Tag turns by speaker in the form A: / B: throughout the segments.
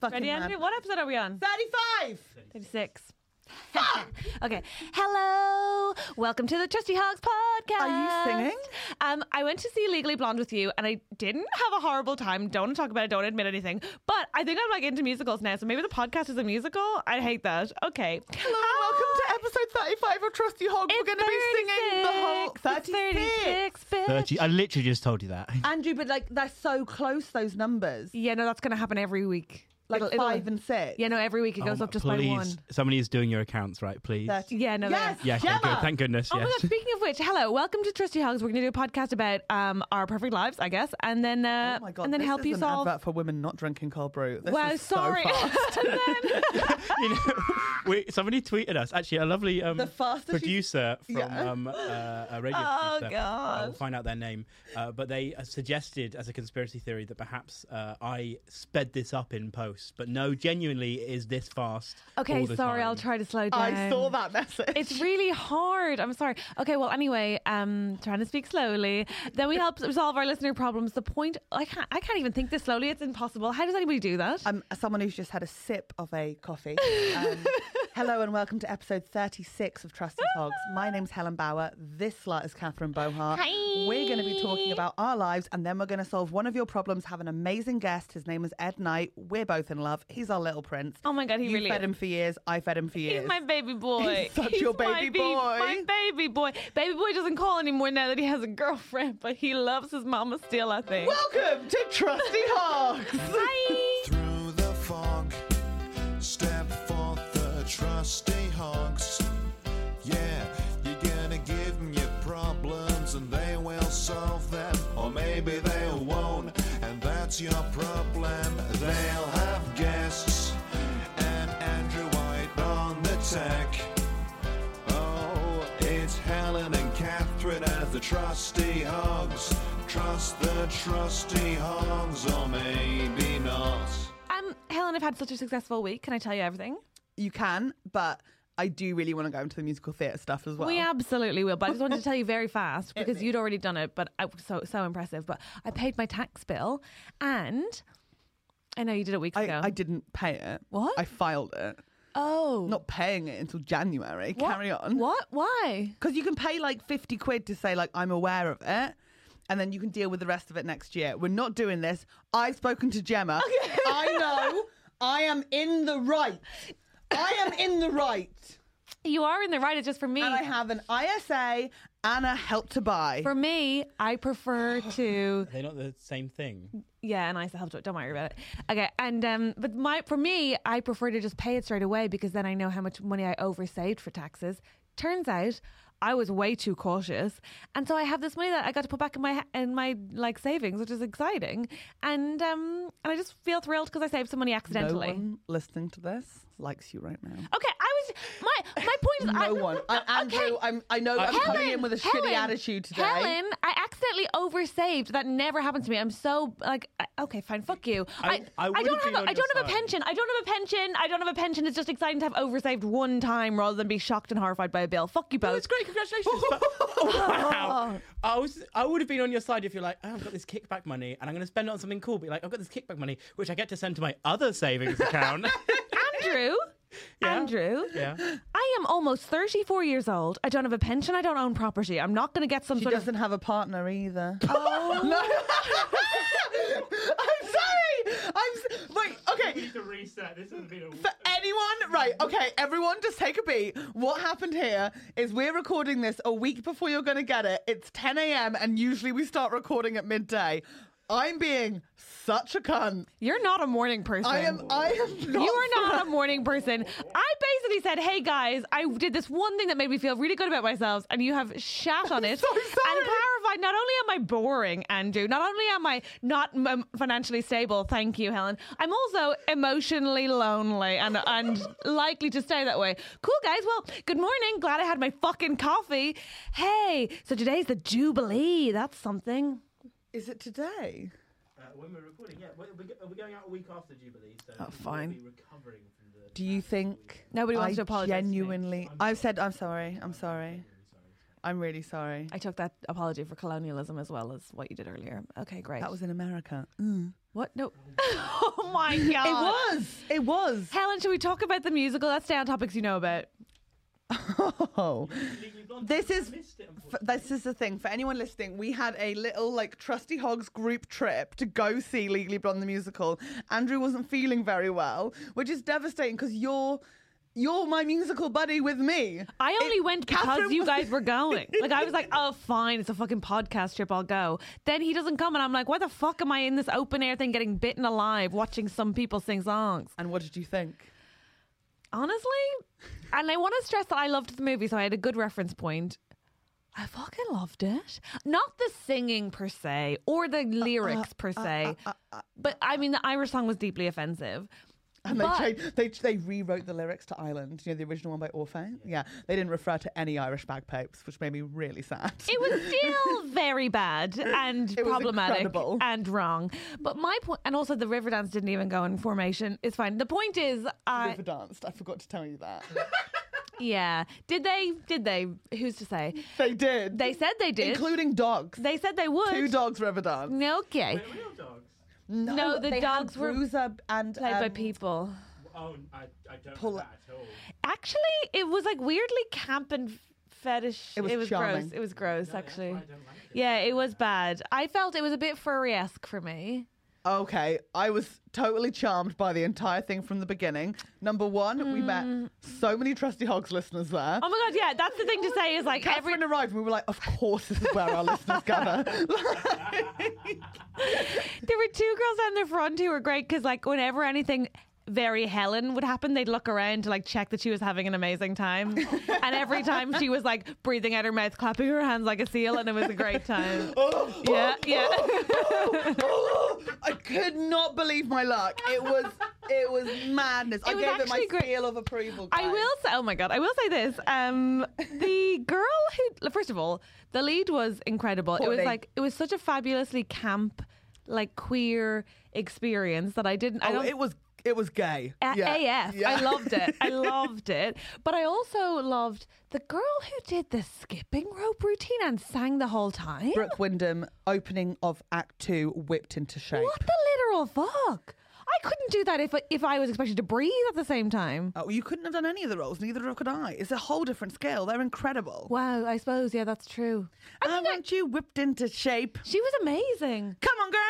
A: Fucking
B: Ready,
A: love.
B: Andrew? What episode are we on?
A: 35!
B: 36. okay. Hello. Welcome to the Trusty Hogs podcast.
A: Are you singing?
B: Um, I went to see Legally Blonde with you and I didn't have a horrible time. Don't wanna talk about it. Don't admit anything. But I think I'm like into musicals now. So maybe the podcast is a musical. I hate that. Okay. Ah!
A: Hello and welcome to episode 35 of Trusty Hog. We're going to be singing the whole 36.
B: 36. bitch.
C: 30. I literally just told you that.
A: Andrew, but like they're so close, those numbers.
B: Yeah, no, that's going to happen every week.
A: Like
B: It'll- it'll-
A: five and six.
B: Yeah, no, every week it goes
C: Oh,
B: up just
C: please.
B: by one.
C: Somebody is doing your accounts right, please.
A: 30.
B: Yeah, no, they
A: yes,
B: are.
C: Yeah, okay, good.
A: Gemma!
C: thank goodness.
B: Oh
C: yes.
B: my god! Speaking of which, hello, welcome to Trusty Hogs. We're going to do a podcast about um, our perfect lives, I guess, and then uh,
A: Oh my God,
B: and then
A: this
B: help
A: is
B: you
A: an
B: solve.
A: advert for women not drinking cold brew. This
B: wow,
A: is so
B: sorry.
A: fast.
B: and then
C: you know, we, somebody tweeted us actually a lovely um,
A: The fastest you-
C: producer from
A: Yeah.
C: um, uh, a radio
B: Oh,
C: producer. I'll
B: God.
C: find out their name, uh, but they uh, suggested as a conspiracy theory that perhaps uh, I sped this up in post, but no, genuinely it is this fast.
B: okay,
C: all the
B: sorry, I'll
C: time.
B: try to slow down.
A: I saw that message.
B: It's really hard. I'm sorry. Okay, well, anyway, um, trying to speak slowly. Then we help solve our listener problems. The point, I can't, I can't even think this slowly. It's impossible. How does anybody do that?
A: I'm someone who's just had a sip of a coffee. Um, hello and welcome to episode 36 of Trusty Hogs. My name's Helen Bauer. This slut is Catherine Bohart.
B: Hi.
A: We're going to be talking about our lives and then we're going to solve one of your problems. Have an amazing guest. His name is Ed Knight. We're both in love. He's our little prince.
B: Oh my God, he
A: you
B: really
A: fed
B: is.
A: him for years. I fed him for years.
B: He's my baby boy.
A: He's such
B: He's
A: your
B: my
A: baby
B: be-
A: boy.
B: My baby boy. Baby boy doesn't call anymore now that he has a girlfriend, but he loves his mama still, I think.
A: welcome to Trusty Hogs.
B: Hi.
D: Through the fog, step forth the trusty hogs. Yeah, you're gonna give 'em your problems and they will solve them. Or maybe they won't, and that's your problem. They'll have guests and Andrew White on the tech. Oh, it's Helen and Catherine as the trusty hogs. Trust the trusty hogs, or maybe not.
B: Um, Helen, I've had such a successful week. Can I tell you everything?
A: you can, but I do really want to go into the musical theatre stuff as well.
B: We absolutely will, but I just wanted to tell you very fast because you'd already done it, but I, so so impressive. But I paid my tax bill, and I know you did it weeks ago.
A: I, I didn't pay it.
B: What?
A: I filed it.
B: oh,
A: Not paying it until January.
B: What?
A: Carry on.
B: What? Why?
A: Because you can pay like 50 quid to say, like, I'm aware of it. And then you can deal with the rest of it next year. We're not doing this. I've spoken to Gemma. I know. I am in the right. I am in the right.
B: You are in the right. It's just for me.
A: And I have an ISA and a help to buy.
B: for me, I prefer to
C: Are they not the same thing?
B: Yeah, and I still have to. Don't worry about it. Okay, and um, but my for me, I prefer to just pay it straight away because then I know how much money I oversaved for taxes. Turns out, I was way too cautious, and so I have this money that I got to put back in my in my like savings, which is exciting. And um, and I just feel thrilled because I saved some money
A: no
B: accidentally.
A: one listening to this likes you right now.
B: Okay, I was is my my point is Uh, I,
A: No one. I'm Andrew.
B: okay.
A: I'm, I know I'm coming in with a shitty
B: Helen,
A: attitude today.
B: Helen, I accidentally oversaved. That never happened to me. I'm so like, I- okay, fine, fuck you. I,
E: I
B: I,
E: would've
B: don't
E: been
B: have a,
E: on
B: I
E: your
B: don't have a
E: side.
B: pension. I don't have a pension. I don't have a pension. It's just exciting to have oversaved one time rather than be shocked and horrified by a bill. Fuck you both.
F: That's great, congratulations. but- Oh, wow. I, was, I would have been on your side if you're like, oh, I've got this kickback money and I'm going to spend it on something cool. But you're like, I've got this kickback money, which I get to send to my other savings account.
B: Andrew. Andrew,
F: Yeah.
B: I am almost 34 years old. I don't have a pension. I don't own property. I'm not going to get some
A: She
B: sort
A: doesn't
B: of.
A: have a partner either. Oh no! I'm sorry. I'm s- wait. Okay.
C: to reset. This has been a
A: For anyone, right? Okay, everyone, just take a beat. What happened here is we're recording this a week before you're going to get it. It's 10 a.m. and usually we start recording at midday. I'm being such a cunt.
B: You're not a morning person.
A: I am. I am not.
B: You are not a morning person. I basically said, "Hey guys, I did this one thing that made me feel really good about myself, and you have shat on it."
A: so sorry.
B: And clarified, not only am I boring, Andrew, not only am I not m- financially stable, thank you, Helen. I'm also emotionally lonely and and likely to stay that way. Cool, guys. Well, good morning. Glad I had my fucking coffee. Hey, so today's the jubilee. That's something.
A: Is it today?
C: when we're recording, yeah, we're, we're going out a week after Jubilee, so
A: Oh, fine.
C: we're recovering from the.
A: Do you think
B: Nobody wants
A: I
B: to apologize to me.
A: Genuinely, I've said I'm sorry. I'm sorry. I'm really sorry.
B: I took that apology for colonialism as well as what you did earlier. Okay, great.
A: That was in America.
B: What? No. oh my god.
A: It was. It was.
B: Helen, should we talk about the musical? Let's stay on topics you know about.
A: Oh. This is f- this is the thing for anyone listening. We had a little like Trusty Hogs group trip to go see Legally Blonde the musical. Andrew wasn't feeling very well, which is devastating because you're you're my musical buddy with me.
B: I only
A: It-
B: went because
A: Catherine
B: you
A: was-
B: guys were going. Like I was like, oh fine, it's a fucking podcast trip, I'll go. Then he doesn't come and I'm like, why the fuck am I in this open air thing getting bitten alive watching some people sing songs?
A: And what did you think?
B: Honestly? And I want to stress that I loved the movie, so I had a good reference point. I fucking loved it. Not the singing per se or the lyrics per
A: Uh,
B: se. but I mean the Irish song was deeply offensive.
A: And they,
B: But-
A: changed, they they rewrote the lyrics to Island, you know, the original one by Orfeo. Yeah. they didn't refer to any Irish bagpipes, which made me really sad.
B: It was still very bad and
A: was
B: problematic
A: incredible.
B: and wrong. But my point, and also the river dance didn't even go in formation. It's fine. The point is, I
A: River danced. I forgot to tell you that.
B: yeah. Did they? Did they? Who's to say?
A: they did.
B: They said they did.
A: including dogs.
B: they said they would.
A: Two dogs river danced.
B: Okay.
A: No,
B: the
A: they
B: dogs
A: had
B: were
A: Bruiser and
B: Played by
A: um,
B: people.
C: Oh, I, I don't
A: Pull
C: know
A: it.
C: that at all.
B: Actually, it was like weirdly camp and f- fetish.
A: It was
B: gross.
A: charming.
B: It was gross, actually. yeah, it was bad. I felt it was a bit furry esque for me.
A: Okay, I was totally charmed by the entire thing from the beginning. Number one, we
B: Mm.
A: met so many Trusty Hogs listeners there.
B: Oh my god, yeah, that's the thing to say is like every
A: Catherine arrived and we were like, of course this is where our listeners gather.
B: There were two girls down the front who were great because, like, whenever anything very Helen would happen, they'd look around to like check that she was having an amazing time. and every time she was like breathing out her mouth, clapping her hands like a seal, and it was a great time.
A: Oh.
B: yeah, yeah.
A: I could not believe my luck. It was it was madness. I
B: It was
A: gave it my
B: actually great.
A: seal of approval.
B: I
A: guys.
B: will say, oh my god, I will say this. Um, the girl who, first of all, the lead was incredible. It
A: Courtney.
B: was like it was such a fabulously camp, like queer experience that I didn't. I
A: Oh,
B: don't.
A: it was it was gay.
B: A-
A: Yeah.
B: AF.
A: Yeah.
B: I loved it. I loved it. But I also loved the girl who did the skipping rope routine and sang the whole time.
A: Brooke Wyndham opening of Act Two whipped into shape.
B: What the literal fuck? I couldn't do that if I, if I was expected to breathe at the same time.
A: Oh, you couldn't have done any of the roles. Neither could I. It's a whole different scale. They're incredible.
B: Wow, I suppose yeah, that's true. I
A: I
B: think I,
A: want you whipped into shape.
B: she was amazing.
A: Come on, girls.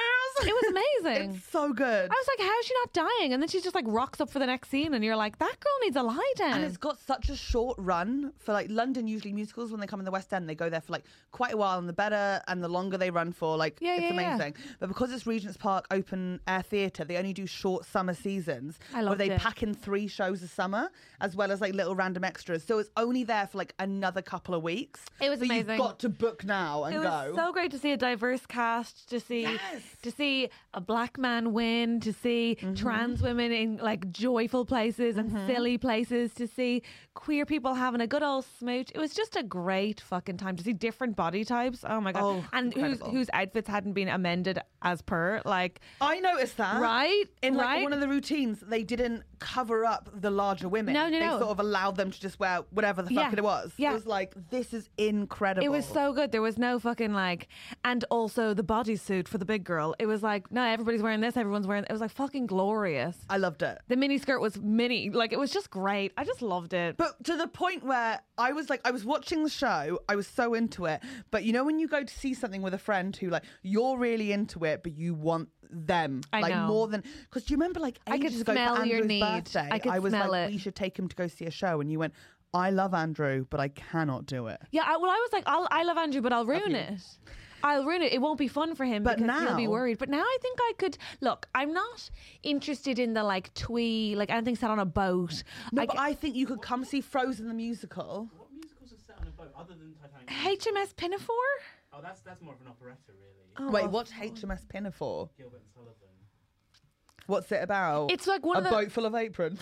B: It was amazing.
A: it's so good.
B: I was like, how is she not dying? And then she just like rocks up for the next scene, and you're like, that girl needs a lie down.
A: and it's got such a short run for like London. Usually musicals when they come in the West End, they go there for like quite a while, and the better and the longer they run for, like
B: Yeah,
A: it's
B: yeah, yeah.
A: amazing. But because it's Regent's Park open air theatre, they only do short summer seasons
B: I
A: where
B: loved
A: they
B: it.
A: pack in three shows a summer as well as like little random extras. So it's only there for like another couple of weeks.
B: It was
A: So
B: amazing.
A: You've got to book now and
B: it was
A: go.
B: so great to see a diverse cast to see to see see a black man win, to see
A: Mm-hmm.
B: trans women in like joyful places and silly places, to see queer people having a good old smooch. It was just a great fucking time to see different body types. Oh my god!
A: Oh,
B: and whose
A: incredible.
B: whose outfits hadn't been amended as per like
A: I noticed that.
B: Right,
A: In like
B: right.
A: one of the routines, they didn't cover up the larger women.
B: No, no,
A: They
B: no.
A: sort of allowed them to just wear whatever the fuck
B: Yeah,
A: it was.
B: yeah.
A: It was like, this is incredible.
B: It was so good. There was no fucking like, and also the bodysuit for the big girl. It was like, no, everybody's wearing this, everyone's wearing. It was like fucking glorious.
A: I loved it.
B: The mini skirt was mini, like it was just great. I just loved it.
A: But to the point where I was like, I was watching the show, I was so into it. But you know, when you go to see something with a friend who, like, you're really into it, but you want them,
B: I
A: like,
B: know.
A: more than because do you remember, like,
B: I could
A: ages ago, for
B: smell your
A: Andrew's
B: need.
A: birthday,
B: I could
A: was
B: smell
A: like,
B: it.
A: we should take him to go see a show, and you went, I love Andrew, but I cannot do it.
B: yeah, I, well, I was like, I'll, I love Andrew, but I'll ruin it. I'll ruin it. It won't be fun for him
A: But
B: because he'll be
A: now-
B: worried. But now I think I could look. I'm not interested in the like twee, like anything set on a boat.
A: No,
B: I
A: but
B: c-
A: I think you could come see Frozen the musical.
C: What musicals are set on a boat other than Titanic?
B: HMS Pinafore.
C: Oh, that's that's more of an operetta, really.
B: Oh.
A: Wait, what's HMS Pinafore?
C: Gilbert and Sullivan.
A: What's it about?
B: It's like one
A: a
B: of the-
A: boat full of aprons.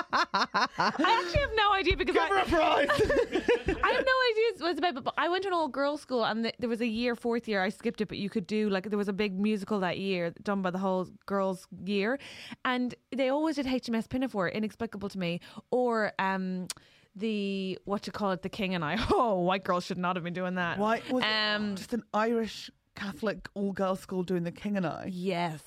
B: I actually have no idea because I, I have no idea what it's about, but- but I went to an all girls school and th there was a year, fourth year, I skipped it, but you could do like there was a big musical that year done by the whole girls year, and they always did HMS Pinafore, inexplicable to me, or um. The what you call it, the King and I. Oh, white girls should not have been doing that.
A: Why was
B: Um,
A: it just an Irish Catholic all girls school doing the King and I?
B: yes,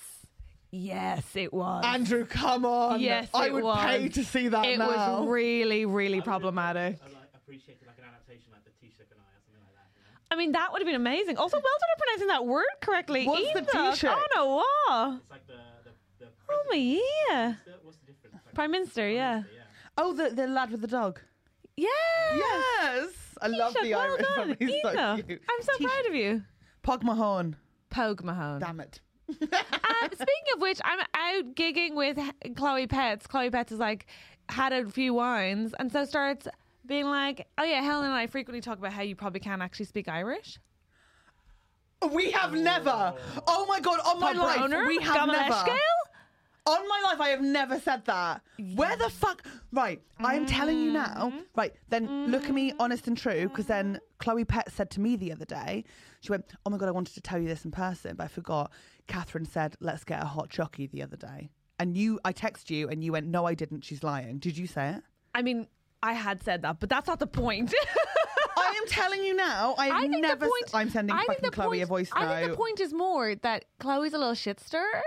B: yes, it was.
A: Andrew, come on.
B: yes,
A: I
B: it
A: would
B: was.
A: pay to see that
B: It
A: now.
B: was really, really problematic.
C: I like appreciated like an adaptation like the Taoiseach and I or something like that. You know?
B: I mean, that would have been amazing. Also, well done for pronouncing that word correctly.
A: What's the
B: Eamon,
A: Taoiseach?
B: Oh no, what?
C: It's like the the, the
B: Oh my yeah.
C: president- What's the difference? Like,
B: Prime Minister, yeah.
A: oh, the, the lad with the dog.
B: Yeah.
A: Yes. I love
B: Taoiseach,
A: the
B: well
A: Irish.
B: done.
A: He's so
B: Eamon,
A: cute.
B: I'm so
A: Taoiseach.
B: proud of you.
A: Pog Mahone.
B: Pogue Mahone.
A: Damn it.
B: Um, speaking of which, I'm out gigging with H- Chloe Pets. Chloe Pets is like, had a few wines and so starts being like, oh yeah, Helen and I frequently talk about how you probably can't actually speak Irish.
A: We have never. Oh my god, on my life.
B: Pobroner?
A: we have never.
B: Gamalescale?
A: On my life, I have never said that. Where the fuck? Right, I am telling you now.
B: Mm.
A: Right, then look at me, honest and true, because then Chloe Pett said to me the other day, she went, Oh my God, I wanted to tell you this in person, but I forgot. Catherine said, Let's get a hot chockey the other day. And you, I texted you and you went, No, I didn't. She's lying. Did you say it?
B: I mean, I had said that, but that's not the point.
A: I am telling you now. I have
B: I think the
A: never.
B: point.
A: s- I'm sending
B: I think
A: fucking
B: the
A: Chloe
B: point-
A: a voice note.
B: I think the point is more that Chloe's a little shit stirrer.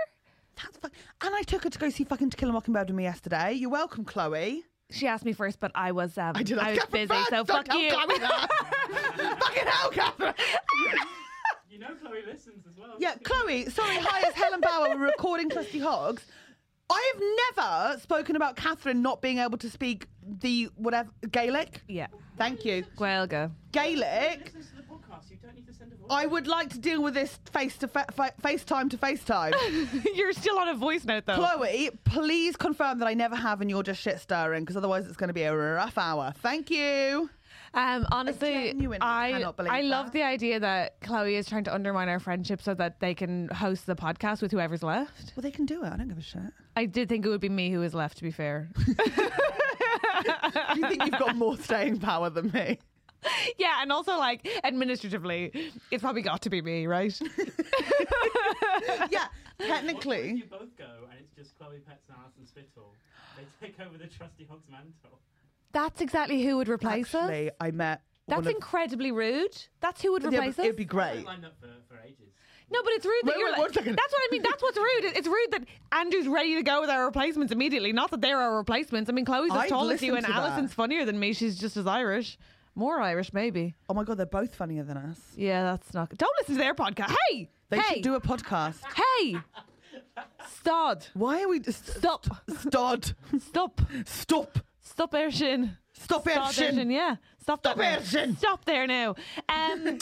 A: That's fuck- and I took her to go see fucking To Kill a Mockingbird with me yesterday. You're welcome, Chloe.
B: She asked me first, but I was um,
A: I did ask
B: was
A: Catherine
B: busy,
A: first.
B: so
A: Don't
B: fuck
A: tell
B: you.
A: Chloe that. fucking hell, Catherine.
C: You know, Chloe listens as well.
A: yeah, Chloe. Sorry, hi, it's Helen Bauer. We're recording Trusty Hogs. I have never spoken about Catherine not being able to speak the whatever Gaelic.
B: yeah,
A: Thank you,
B: Gaelga.
A: Gaelic.
C: Listen to the podcast. You don't need to send a voice.
A: I would like to deal with this face to fa- fa- FaceTime to FaceTime.
B: You're still on a voice note though.
A: Chloe, please confirm that I never have and you're just shit stirring because otherwise it's going to be a rough hour. Thank you.
B: Um, honestly,
A: genuinely
B: I
A: cannot believe
B: I love
A: that.
B: the idea that Chloe is trying to undermine our friendship so that they can host the podcast with whoever's left.
A: Well, they can do it. I don't give a shit.
B: I did think it would be me who was left. To be fair,
A: Do you think you've got more staying power than me?
B: yeah, and also like administratively, it's probably got to be me, right?
A: Yeah,
C: What if
A: technically.
C: you both go and it's just Chloe Pets and Alison Spittle? They take over the trusty Hogs mantle.
B: That's exactly who would replace us.
A: Actually, I met.
B: That's
A: one of-
B: incredibly rude. That's who would
A: Yeah, but
B: replace us.
A: It'd be
C: They
A: great.
C: lined up for, for ages.
B: No, but it's rude that
A: Wait,
B: you're
A: wait,
B: like.
A: one second.
B: That's what I mean. That's what's rude. It's rude that Andrew's ready to go with our replacements immediately. Not that they're our replacements. I mean, Chloe's as
A: I'd
B: tall as you, and
A: listen to that.
B: Alison's funnier than me. She's just as Irish, more Irish maybe.
A: Oh my god, they're both funnier than us.
B: Yeah, that's not. Don't listen to their podcast. Hey,
A: They
B: hey,
A: should do a podcast.
B: Hey, stop,
A: Why are we just
B: stop,
A: stop,
B: stop,
A: stop,
B: stop, Ershin.
A: stop it,
B: Stop, Ershin.
A: shit.
B: Yeah, Stop, that
A: Stop
B: now.
A: it, Shin.
B: Stop there now. Um,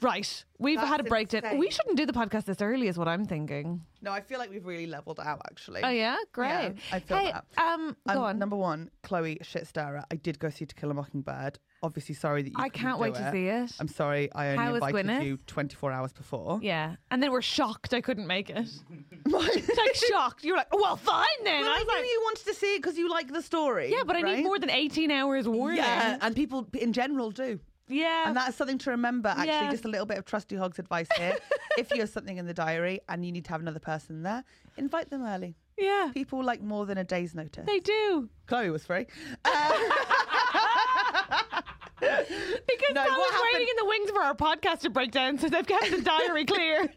B: right, we've had a
A: That's
B: breakdown.
A: insane.
B: We shouldn't do the podcast this early, is what I'm thinking.
A: No, I feel like we've really leveled out actually.
B: Oh yeah, great.
A: Yeah, I feel
B: hey,
A: that.
B: Um, go
A: Um,
B: on.
A: Number one, Chloe Shitstirrer. I did go see To Kill a Mockingbird. Obviously, sorry that you.
B: I
A: couldn't
B: can't
A: do
B: wait to see it.
A: I'm sorry, I only
B: How was
A: invited
B: Gwyneth?
A: you 24 hours before.
B: yeah, and then we're shocked I couldn't make it.
A: well,
B: Like shocked. You were like, well, fine then. I
A: I
B: was
A: knew
B: like,
A: you wanted to see it because you like the story.
B: yeah, but I
A: right?
B: need more than 18 hours warning.
A: Yeah, and people in general do.
B: Yeah.
A: And that's something to remember, actually.
B: Yeah.
A: Just a little bit of Trusty Hog's advice here. if you have something in the diary and you need to have another person there, invite them early.
B: yeah.
A: People like more than a day's notice.
B: They do.
A: Chloe was free. Uh,
B: Because
A: No,
B: no,
A: what
B: was
A: happened-
B: waiting in the wings for our podcast to break down, so they've kept the diary clear.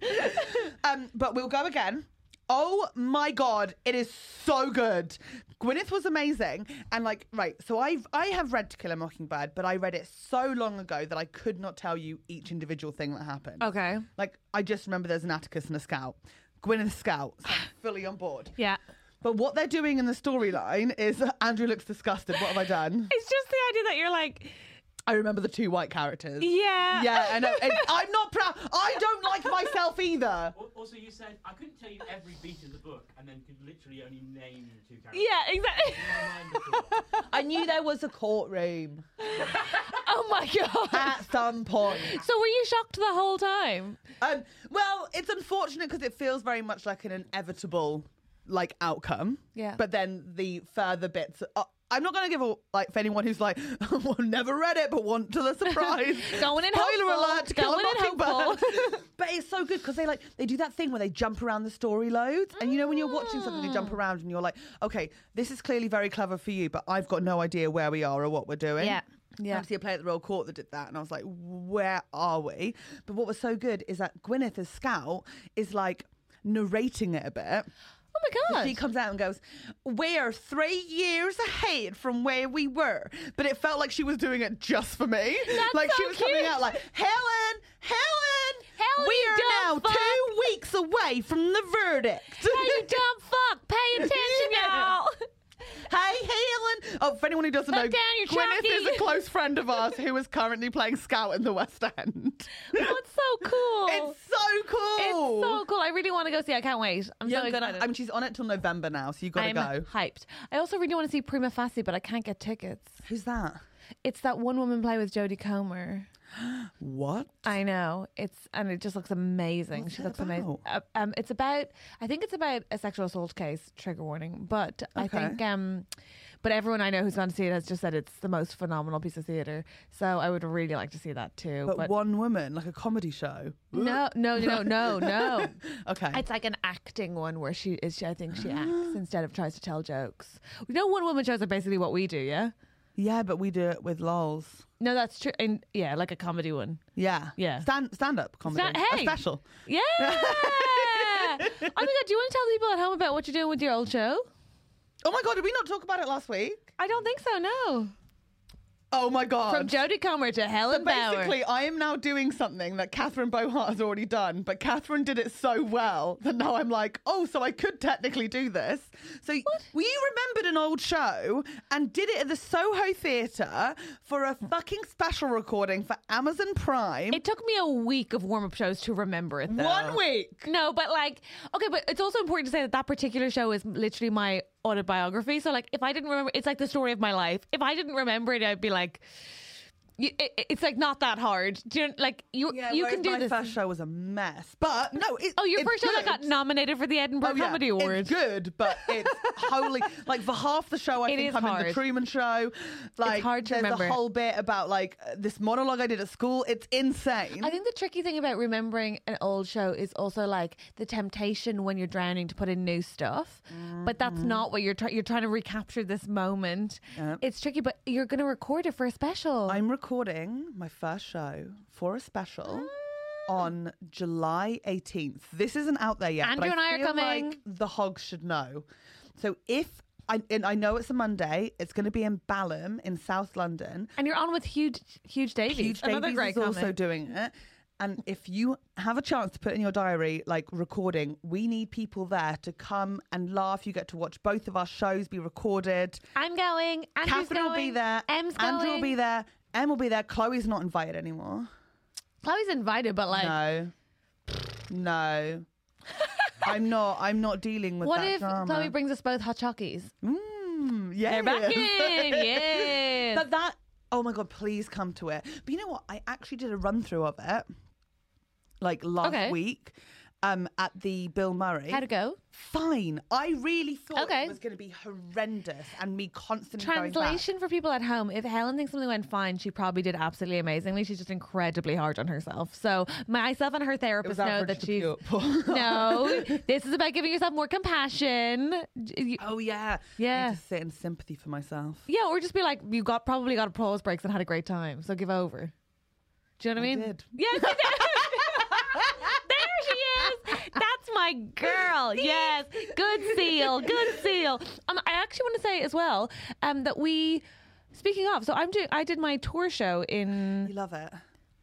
A: um, but we'll go again. Oh my god, it is so good. Gwyneth was amazing, and like, right. So I've I have read To Kill a Mockingbird, but I read it so long ago that I could not tell you each individual thing that happened.
B: Okay.
A: Like I just remember there's an Atticus and a Scout. Gwyneth Scout, so I'm fully on board.
B: Yeah.
A: But what they're doing in the storyline is Andrew looks disgusted. What have I done?
B: It's just the idea that you're like,
A: I remember the two white characters.
B: yeah.
A: Yeah, I know. It's- I'm not proud. I don't like myself either.
C: Al- Also, you said I couldn't tell you every beat of the book, and then could literally only name two characters.
B: Yeah, exactly.
C: Wonderful.
A: I knew there was a courtroom
B: Oh my god.
A: at some point.
B: So were you shocked the whole time?
A: Um, well, it's unfortunate because it feels very much like an inevitable like outcome.
B: Yeah.
A: But then the further bits. Uh, I'm not going to give a like for anyone who's like, well, never read it, but want to the surprise.
B: Going in
A: Spoiler
B: hopeful.
A: alert! Kill a
B: Going in
A: Mockingbird.
B: hopeful.
A: but it's so good because they like they do that thing where they jump around the story loads, and you know when you're watching something, they
B: Mm.
A: jump around, and you're like, okay, this is clearly very clever for you, but I've got no idea where we are or what we're doing.
B: Yeah. Yeah.
A: Obviously, a play at the Royal Court that did that, and I was like, where are we? But what was so good is that Gwyneth as Scout is like narrating it a bit.
B: Oh my
A: So
B: god.
A: She comes out and goes, We are three years ahead from where we were. But it felt like she was doing it just for me. like she
B: so
A: was coming
B: cute.
A: out like, Helen, Helen,
B: Helen,
A: we
B: you
A: are now
B: dumb fuck."
A: two weeks away from the verdict.
B: hey, you dumb fuck. Pay attention,
A: Yeah.
B: y'all.
A: Hey, Helen! Oh, for anyone who doesn't
B: Put
A: know,
B: down your
A: Gwyneth
B: chalky.
A: is a close friend of ours who is currently playing Scout in the West End.
B: That's Oh, so cool.
A: It's so
B: It's
A: cool.
B: so cool. I really want to go see. it. I can't wait. I'm so
A: You're gonna,
B: excited.
A: I mean, she's on it till November now, so you gotta
B: I'm
A: go.
B: hyped. I also really want to see Prima Facie, but I can't get tickets.
A: Who's that?
B: It's that one woman play with Jodie Comer.
A: What?
B: I know. It's and it just looks amazing.
A: What's
B: she
A: that
B: looks amazing. Uh,
A: about?
B: um, it's about I think it's about a sexual assault case. Trigger warning, but I
A: Okay.
B: think um, but everyone I know who's gone to see it has just said it's the most phenomenal piece of theater. So I would really like to see that too.
A: But, one woman, like a comedy show.
B: no, no, no, no, no.
A: Okay.
B: It's like an acting one where she is. She, I think she acts instead of tries to tell jokes. You know, one woman shows are basically what we do. Yeah.
A: yeah, but we do it with lols.
B: No, that's true. And yeah, like a comedy one.
A: Yeah.
B: Yeah.
A: Stand stand up comedy.
B: Sta- hey.
A: A special.
B: Yeah. oh my god, do you want to tell people at home about what you're doing with your old show?
A: Oh my god, did we not talk about it last week?
B: I don't think so. No.
A: Oh my god.
B: From Jodie Comer to Helen
A: So
B: Bauer.
A: basically, I am now doing something that Catherine Bohart has already done, but Catherine did it so well that now I'm like, oh, so I could technically do this. So well, you remembered an old show and did it at the Soho Theatre for a fucking special recording for Amazon Prime.
B: it took me a week of warm up shows to remember it. Though.
A: One week.
B: No, but like, okay, but it's also important to say that that particular show is literally my autobiography. So, like, if I didn't remember, it's like the story of my life. If I didn't remember it, I'd be like, y- it, it's like not that hard. Do you, like you you can do
A: my
B: this.
A: first show was a mess, but no. It,
B: oh, your
A: it's
B: first show that
A: good.
B: got nominated for the Edinburgh
A: Oh, yeah.
B: Comedy Award.
A: It's good, but it's wholly like for half the show. I
B: It
A: think
B: is
A: I'm in the
B: hard.
A: Truman Show. Like
B: hard to
A: there's
B: remember.
A: a whole bit about like uh, this monologue I did at school. It's insane.
B: I think the tricky thing about remembering an old show is also like the temptation when you're drowning to put in new stuff, but that's not what you're trying. You're trying to recapture this moment. It's tricky, but you're going to record it for a special.
A: I'm recording my first show for a special.
B: Ah.
A: On July 18th. This isn't out there yet. but
B: Andrew and I are
A: feel
B: coming.
A: Like the hogs should know. So if I, and I know it's a Monday, it's going to be in Balham in South London.
B: and you're on with huge, huge Davies.
A: Huge
B: Another
A: Davies
B: great
A: is also
B: comic.
A: doing it. And if you have a chance to put in your diary, like recording, we need people there to come and laugh. You get to watch both of our shows be recorded.
B: I'm going. Andrew's
A: Catherine will be
B: going,
A: there.
B: Em's going.
A: Andrew will be there. Em will be there. Chloe's not invited anymore.
B: Chloe's invited, but like,
A: no, no. I'm not. I'm not dealing with
B: what
A: that
B: if
A: drama.
B: Chloe brings us both hot chockies?
A: Mm, yeah,
B: They're back in. Yeah.
A: But that, oh my god, please come to it. But you know what? I actually did a run through of it, like last
B: Okay.
A: week, um, at the Bill Murray.
B: How'd it go?
A: Fine. I really thought
B: Okay.
A: it was going to be horrendous, and me constantly going back.
B: Translation for people at home: If Helen thinks something went fine, she probably did absolutely amazingly. She's just incredibly hard on herself. So myself and her therapist know that
A: average to
B: she's
A: pure.
B: no. This is about giving yourself more compassion. You-
A: Oh yeah, I
B: Yeah.
A: need to sit in sympathy for myself.
B: Yeah, or just be like, you got probably got applause breaks and had a great time, so give over. Do you know what I mean?
A: did.
B: Yes, you did. there she is. That's my girl. Yes, good seal, good seal. Um, I actually want to say as well um, that we. Speaking of, so I'm doing. I did my tour show in
A: You love it.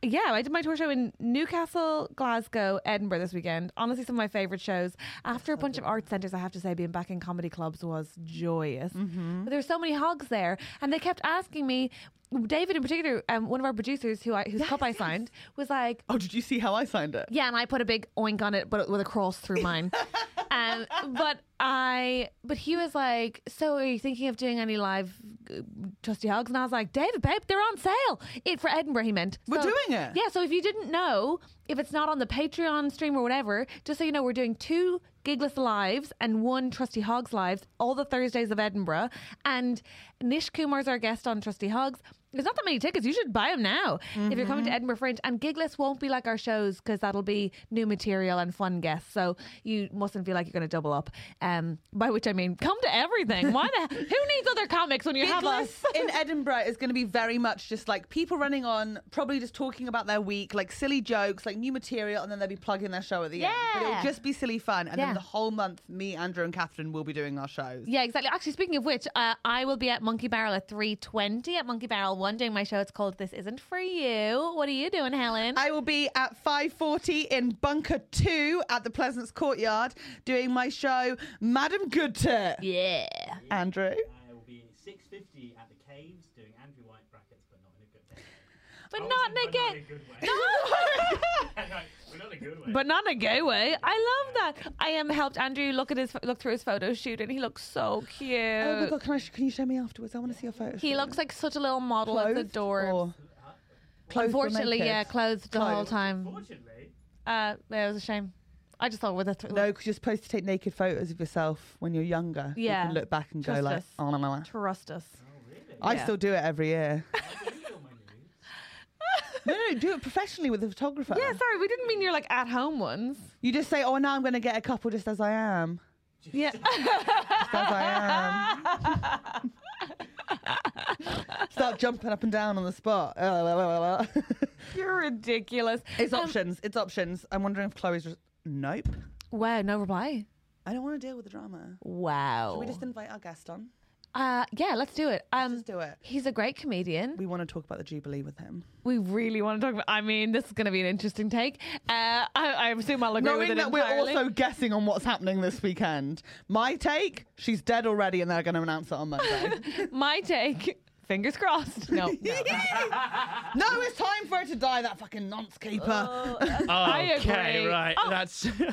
B: yeah, I did my tour show in Newcastle, Glasgow, Edinburgh this weekend. Honestly, some of my favourite shows. After a bunch of art centres, I have to say, being back in comedy clubs was joyous.
A: Mm-hmm.
B: But there were so many hogs there, and they kept asking me. David, in particular, um, one of our producers who I, whose cup I signed, was like,
A: Oh, did you see how I signed it?
B: yeah, and I put a big oink on it, but with a cross through mine. um, but I, but he was like, "So are you thinking of doing any live uh, Trusty Hogs?" And I was like, "David, babe, they're on sale. It for Edinburgh." He meant
A: We're
B: So-
A: doing it.
B: Yeah. So if you didn't know, if it's not on the Patreon stream or whatever, just so you know, we're doing two Gigless Lives and one Trusty Hogs Lives all the Thursdays of Edinburgh. And Nish Kumar's our guest on Trusty Hogs. There's not that many tickets. You should buy them now if you're coming to Edinburgh Fringe. And Gigless won't be like our shows because that'll be new material and fun guests. So you mustn't feel like you're going to double up. Um, by which I mean, come to everything. Why the who needs other comics when you have us?
A: in Edinburgh is going to be very much just like people running on, probably just talking about their week, like silly jokes, like new material, and then they'll be plugging their show at the end. But
B: Yeah.
A: it'll just be silly fun. And
B: Yeah.
A: then the whole month, me, Andrew, and Catherine will be doing our shows.
B: Yeah, exactly. Actually, speaking of which, uh, I will be at Monkey Barrel at three twenty at Monkey Barrel One doing my show. It's called This Isn't for You. What are you doing, Helen?
A: I will be at 5:40 in Bunker 2 at the Pleasance Courtyard doing my show Madam Goodter.
B: yeah.
A: Andrew.
C: I will be 6.50 at the Caves doing Andrew White brackets, but not in a good way.
B: But
C: Oh,
B: not in
C: but not
B: a
C: in a
B: gay
C: good way.
B: No.
C: We're not in a good way.
B: But not in a gay way. I love that. I um, helped Andrew look at his look through his photo shoot, and he looks so cute.
A: Oh my god, can I sh- can you show me afterwards? I want to see your photos.
B: He looks like such a little model of the
A: clothed
B: door.
A: or- Clothed or
B: Unfortunately,
A: naked?
B: yeah, clothed the whole
A: Clothed.
B: time.
C: Fortunately,
B: Uh, yeah, it was a shame. I just thought with a th-
A: No, because you're supposed to take naked photos of yourself when you're younger. so
B: Yeah.
A: You can look back and go
B: Trust
A: like,
B: us.
A: oh, no, no, no.
B: trust us.
A: I
B: Yeah.
A: still do it every year.
C: you're my news.
A: no, no, do it professionally with a photographer.
B: Yeah, sorry, we didn't mean you're like at home ones.
A: You just say, oh, now I'm going to get a couple just as I am.
B: Yeah.
A: Just as I am. Start jumping up and down on the spot.
B: You're ridiculous.
A: it's
B: Um,
A: options. It's options. I'm wondering if Chloe's just, nope.
B: Wow, no reply.
A: I don't want to deal with the drama.
B: Wow.
A: Should we just invite our guest on?
B: uh, yeah, let's do it. Um,
A: just do it.
B: He's a great comedian.
A: We want to talk about the Jubilee with him.
B: We really want to talk about. I mean, this is going to be an interesting take. Uh, I, I assume I'll agree with
A: Knowing
B: it
A: that
B: entirely.
A: we're also guessing on what's happening this weekend. My take, she's dead already and they're going to announce it on Monday.
B: My take. Fingers crossed. No, no.
A: no, it's time for her to die, that fucking nonce keeper.
B: Oh. I agree.
F: Okay, right.
B: Oh,
F: That's
B: Andrew,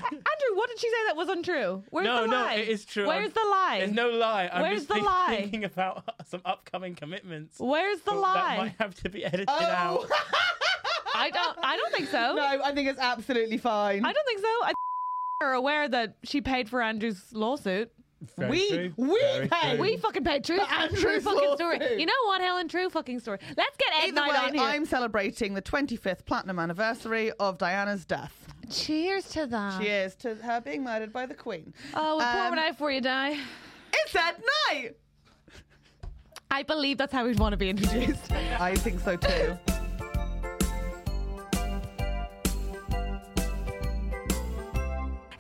B: what did she say that was untrue? Where's
F: no,
B: the
F: no.
B: lie?
F: It is true.
B: Where's
F: I'm-
B: the lie?
F: There's no lie. I'm
B: Where's
F: just
B: the
F: think-
B: lie?
F: Thinking about some upcoming commitments.
B: Where's the
F: So
B: lie?
F: Oh, That might have to be edited
A: Oh.
F: out.
B: I don't. I don't think so.
A: no, I think it's absolutely fine.
B: Oh. I don't think so. I think are aware that she paid for Andrew's lawsuit.
F: Very
A: We-
F: true,
A: we
F: very
A: pay.
F: true.
B: We fucking paid true,
A: Andrew's
B: true fucking story.
A: lawsuit.
B: You know what, Helen? True fucking story. Let's get Ed
A: Either
B: Knight on
A: way,
B: here.
A: I'm celebrating the 25th platinum anniversary of Diana's death.
B: Cheers to that.
A: Cheers to her being murdered by the Queen.
B: Oh, we pour
A: Um,
B: one out before you die.
A: It's at night!
B: I believe that's how we'd want to be introduced.
A: I think so too.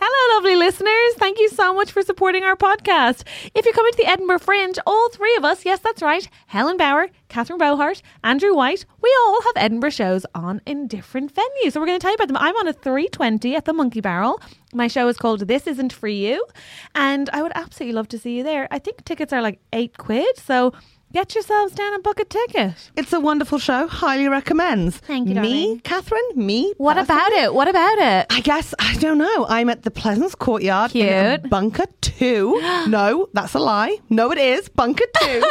B: Hello, lovely listeners. Thank you so much for supporting our podcast. If you're coming to the Edinburgh Fringe, all three of us, yes, that's right, Helen Bauer, Catherine Bohart, Andrew White, we all have Edinburgh shows on in different venues. So we're going to tell you about them. I'm on a 320 at the Monkey Barrel. My show is called This Isn't For You. And I would absolutely love to see you there. I think tickets are like eight quid. So Get yourselves down and book a ticket.
A: It's a wonderful show. Highly recommends.
G: Thank you,
A: Me,
G: darling.
A: Catherine. Me.
G: What about it? What about it?
A: I guess I don't know. I'm at the Pleasance Courtyard in
G: Cute.
A: Bunker Two. No, that's a lie. No, it is Bunker Two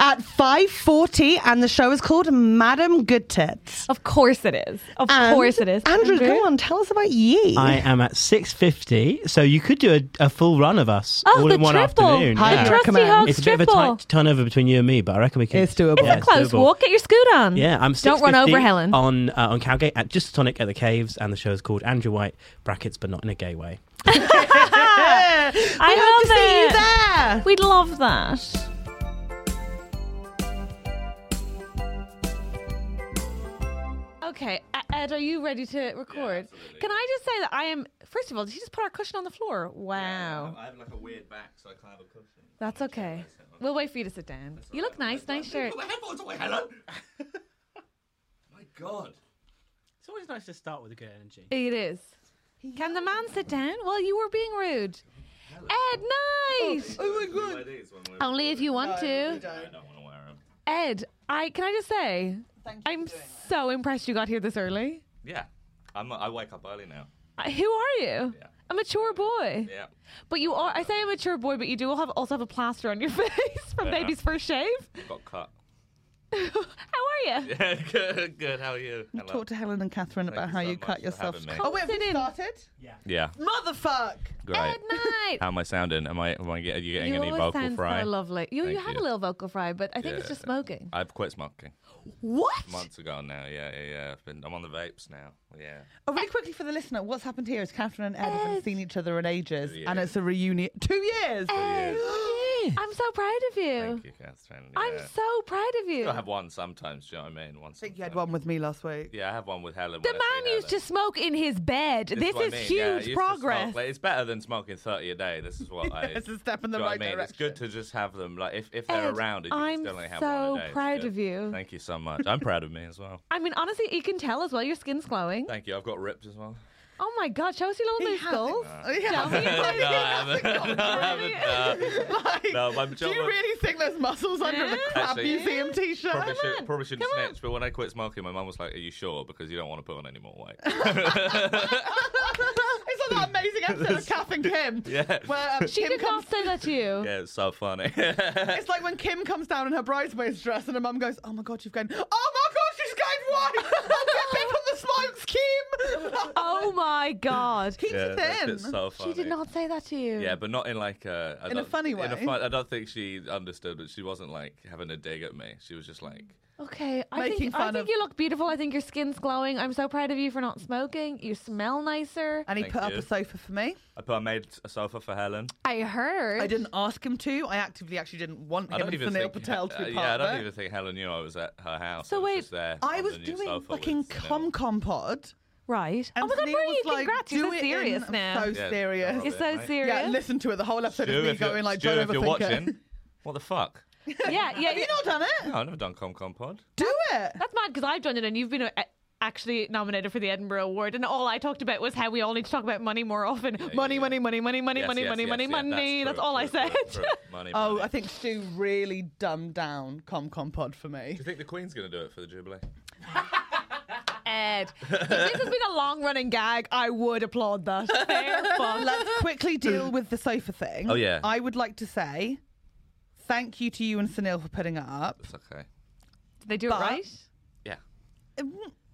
A: at five forty, and the show is called Madam Good Tits.
G: Of course it is. Of
A: And
G: course it is.
A: Andrew,
G: Andrew?
A: come on, tell us about ye.
F: I am at 6.50, so you could do a, a full run of us
G: Oh,
F: all
G: the
F: in one
G: triple.
F: afternoon.
A: Highly
G: The trusty
A: recommend.
G: hogs
F: It's a bit of
G: triple.
F: a tight turnover between you and me, but I reckon we can.
A: It's doable. It's a
G: a close
F: doable.
G: walk. Get your scoot on.
F: Yeah, I'm.
G: Don't run
F: 6:50
G: over, Helen.
F: On uh, on Cowgate at Just Tonic at the Caves, and the show is called Andrew White brackets, but not in a gay way.
A: Yeah. We
G: I
A: hope to
G: love
A: see you
G: it.
A: there.
G: We'd love that.
B: Okay, E- Ed, are you ready to record? Can I just say that I am? First of all, did you just put our cushion on the floor? Wow,
H: I have like a weird back, so I can't have a cushion.
B: that's okay. We'll wait for you to sit down. You look nice, nice shirt.
H: Put my headphones away, Helen! my god.
F: It's always nice to start with a good energy.
B: It is. Can the man sit down? Well, you were being rude. Ed, nice.
H: I think it's one way.
B: Only if you want to.
H: I don't want to wear them.
B: Ed, I can I just say, I'm so impressed you got here this early.
H: Yeah. I'm, I wake up early now.
B: Uh, Who are you? A mature boy.
H: Yeah.
B: But you are. I say a mature boy, but you do have also have a plaster on your face from baby's first shave.
H: Got cut.
B: How are you?
H: Yeah, good, good. How are you? Helen?
A: Talk to Helen and Catherine about
H: you
A: how
H: so
A: you
H: much
A: cut
H: for
A: yourself.
H: having me.
A: Oh, wait, have
B: Sit
A: we
B: in.
A: started?
H: yeah.
A: Motherfuck.
H: Great.
B: Good night.
H: How am I sounding? Am I, am I get, are you getting
B: you
H: any
B: always
H: vocal
B: sound
H: fry?
B: so lovely. You, you
H: Thank
B: had a
H: you.
B: little vocal fry, but I think it's just
H: Yeah.
B: smoking.
H: I've quit smoking
B: What?
H: months ago now. Yeah, yeah, yeah. I've been, I'm on the vapes now. Yeah.
A: Oh, really quickly for the listener, what's happened here is Catherine and Ed haven't
B: Ed.
A: seen each other in ages, and it's a reunion. Two years.
B: Ed, I'm so proud of you.
H: Thank you, Catherine. Yeah.
B: I'm so proud of you.
H: I have one sometimes. Do you know what I mean? One.
A: I think you had
H: sometimes.
A: one with me last week.
H: Yeah, I have one with Helen.
B: The
H: when I see
B: man used
H: Helen.
B: to smoke in his bed. This,
H: what I
B: is
H: mean, yeah, I
B: huge
H: used to
B: progress.
H: smoke, like, it's better than smoking thirty a day. This is what I.
A: It's a step in the
H: do you know what
A: right
H: I mean?
A: direction.
H: It's good to just have them. Like if, if they're
B: Ed,
H: around, and you
B: I'm
H: can still only have
B: so
H: one a day. it's
B: proud
H: good.
B: of you.
H: Thank you so much. I'm proud of me as well.
B: I mean, honestly, you can tell as well. Your skin's glowing.
H: Thank you. I've got ripped as well.
B: Oh my god, show us your little
A: He
B: blue
A: hasn't.
B: skulls.
A: Oh, yeah.
B: Tell me
H: no, I haven't. No, I
B: through
H: haven't. No.
A: Like,
H: No, my
A: do
H: job
A: you
H: was-
A: really think there's muscles under the
B: Yeah.
A: crap
H: Actually,
A: museum t-shirt?
H: Probably, should, probably shouldn't
B: come on.
H: snitch, but when I quit smoking, my mum was like, "Are you sure? Because you don't want to put on any more weight."
A: it's not that amazing episode of Kath and Kim.
H: Yeah.
A: Where um,
B: She
A: Kim
B: did
A: comes.
B: not say that to you.
H: yeah, it's so funny.
A: It's like when Kim comes down in her bridesmaid's dress, and her mum goes, "Oh my god, you've gained! Oh my god, she's gained weight! Get back on the smokes, Kim!"
B: Oh my god.
A: Keep
H: yeah,
A: it
H: that's-
A: in.
H: it's so funny.
B: She did not say that to you.
H: Yeah, but not in like a I
A: In a
H: don't-
A: funny
H: In a
A: way.
H: fun, I don't think she understood. But she wasn't like having a dig at me. She was just like,
B: Okay, I
A: Making
B: think I
A: fun
B: think
A: of-
B: you look beautiful. I think your skin's glowing. I'm so proud of you for not smoking. You smell nicer.
A: And he
H: Thank
A: put up
H: you.
A: a sofa for me.
H: I put I made a sofa for Helen.
B: I heard.
A: I didn't ask him to. I actively actually didn't want
H: I
A: him
H: don't
A: and
H: even
A: Sunil
H: think.
A: Patel to
H: uh,
A: be part
H: yeah, I
A: of
H: don't
A: it.
H: even think Helen knew I was at her house.
B: So
H: I was
B: wait,
H: just there
A: I
H: on
A: was
H: the new
A: doing
H: sofa
A: fucking
H: with Sunil.
A: Concom pod.
B: Right. oh my god,
A: Sunil
B: Bernie,
A: was like,
B: congrats.
A: "Do
B: You're
A: it
B: so
A: in."
B: serious
A: I'm
B: now.
A: So
H: Yeah,
A: serious.
H: don't
B: You're so
H: Mate.
B: serious.
A: Yeah, listen to it. The whole episode
H: Stu,
A: is me
H: if you're,
A: going like,
H: Stu,
A: "Don't
H: if you're
A: overthink it."
H: watching, what the fuck?
B: yeah, yeah,
A: Have you
B: yeah.
A: not done it?
H: No, I've never done Comcom Pod.
A: Do it.
B: That's mad because I've done it and you've been uh, actually nominated for the Edinburgh Award, and all I talked about was how we all need to talk about money more often. money,
H: yeah.
B: money, money, money, money,
H: Yes,
B: money,
H: yes,
B: money,
H: yes,
B: money,
H: yeah,
B: money. That's,
H: true,
B: all I
H: true,
B: said.
H: true, true. Money,
A: Oh,
H: money.
A: I think Stu really dumbed down Comcom pod for me.
H: Do you think the Queen's gonna do it for the Jubilee?
B: Ed, if this has been a long running gag, I would applaud that. Fair fuck.
A: Let's quickly deal with the sofa thing.
H: Oh, yeah.
A: I would like to say thank you to you and Sunil for putting it up.
H: It's okay.
B: Did they do
A: But-
B: it right?
H: Yeah.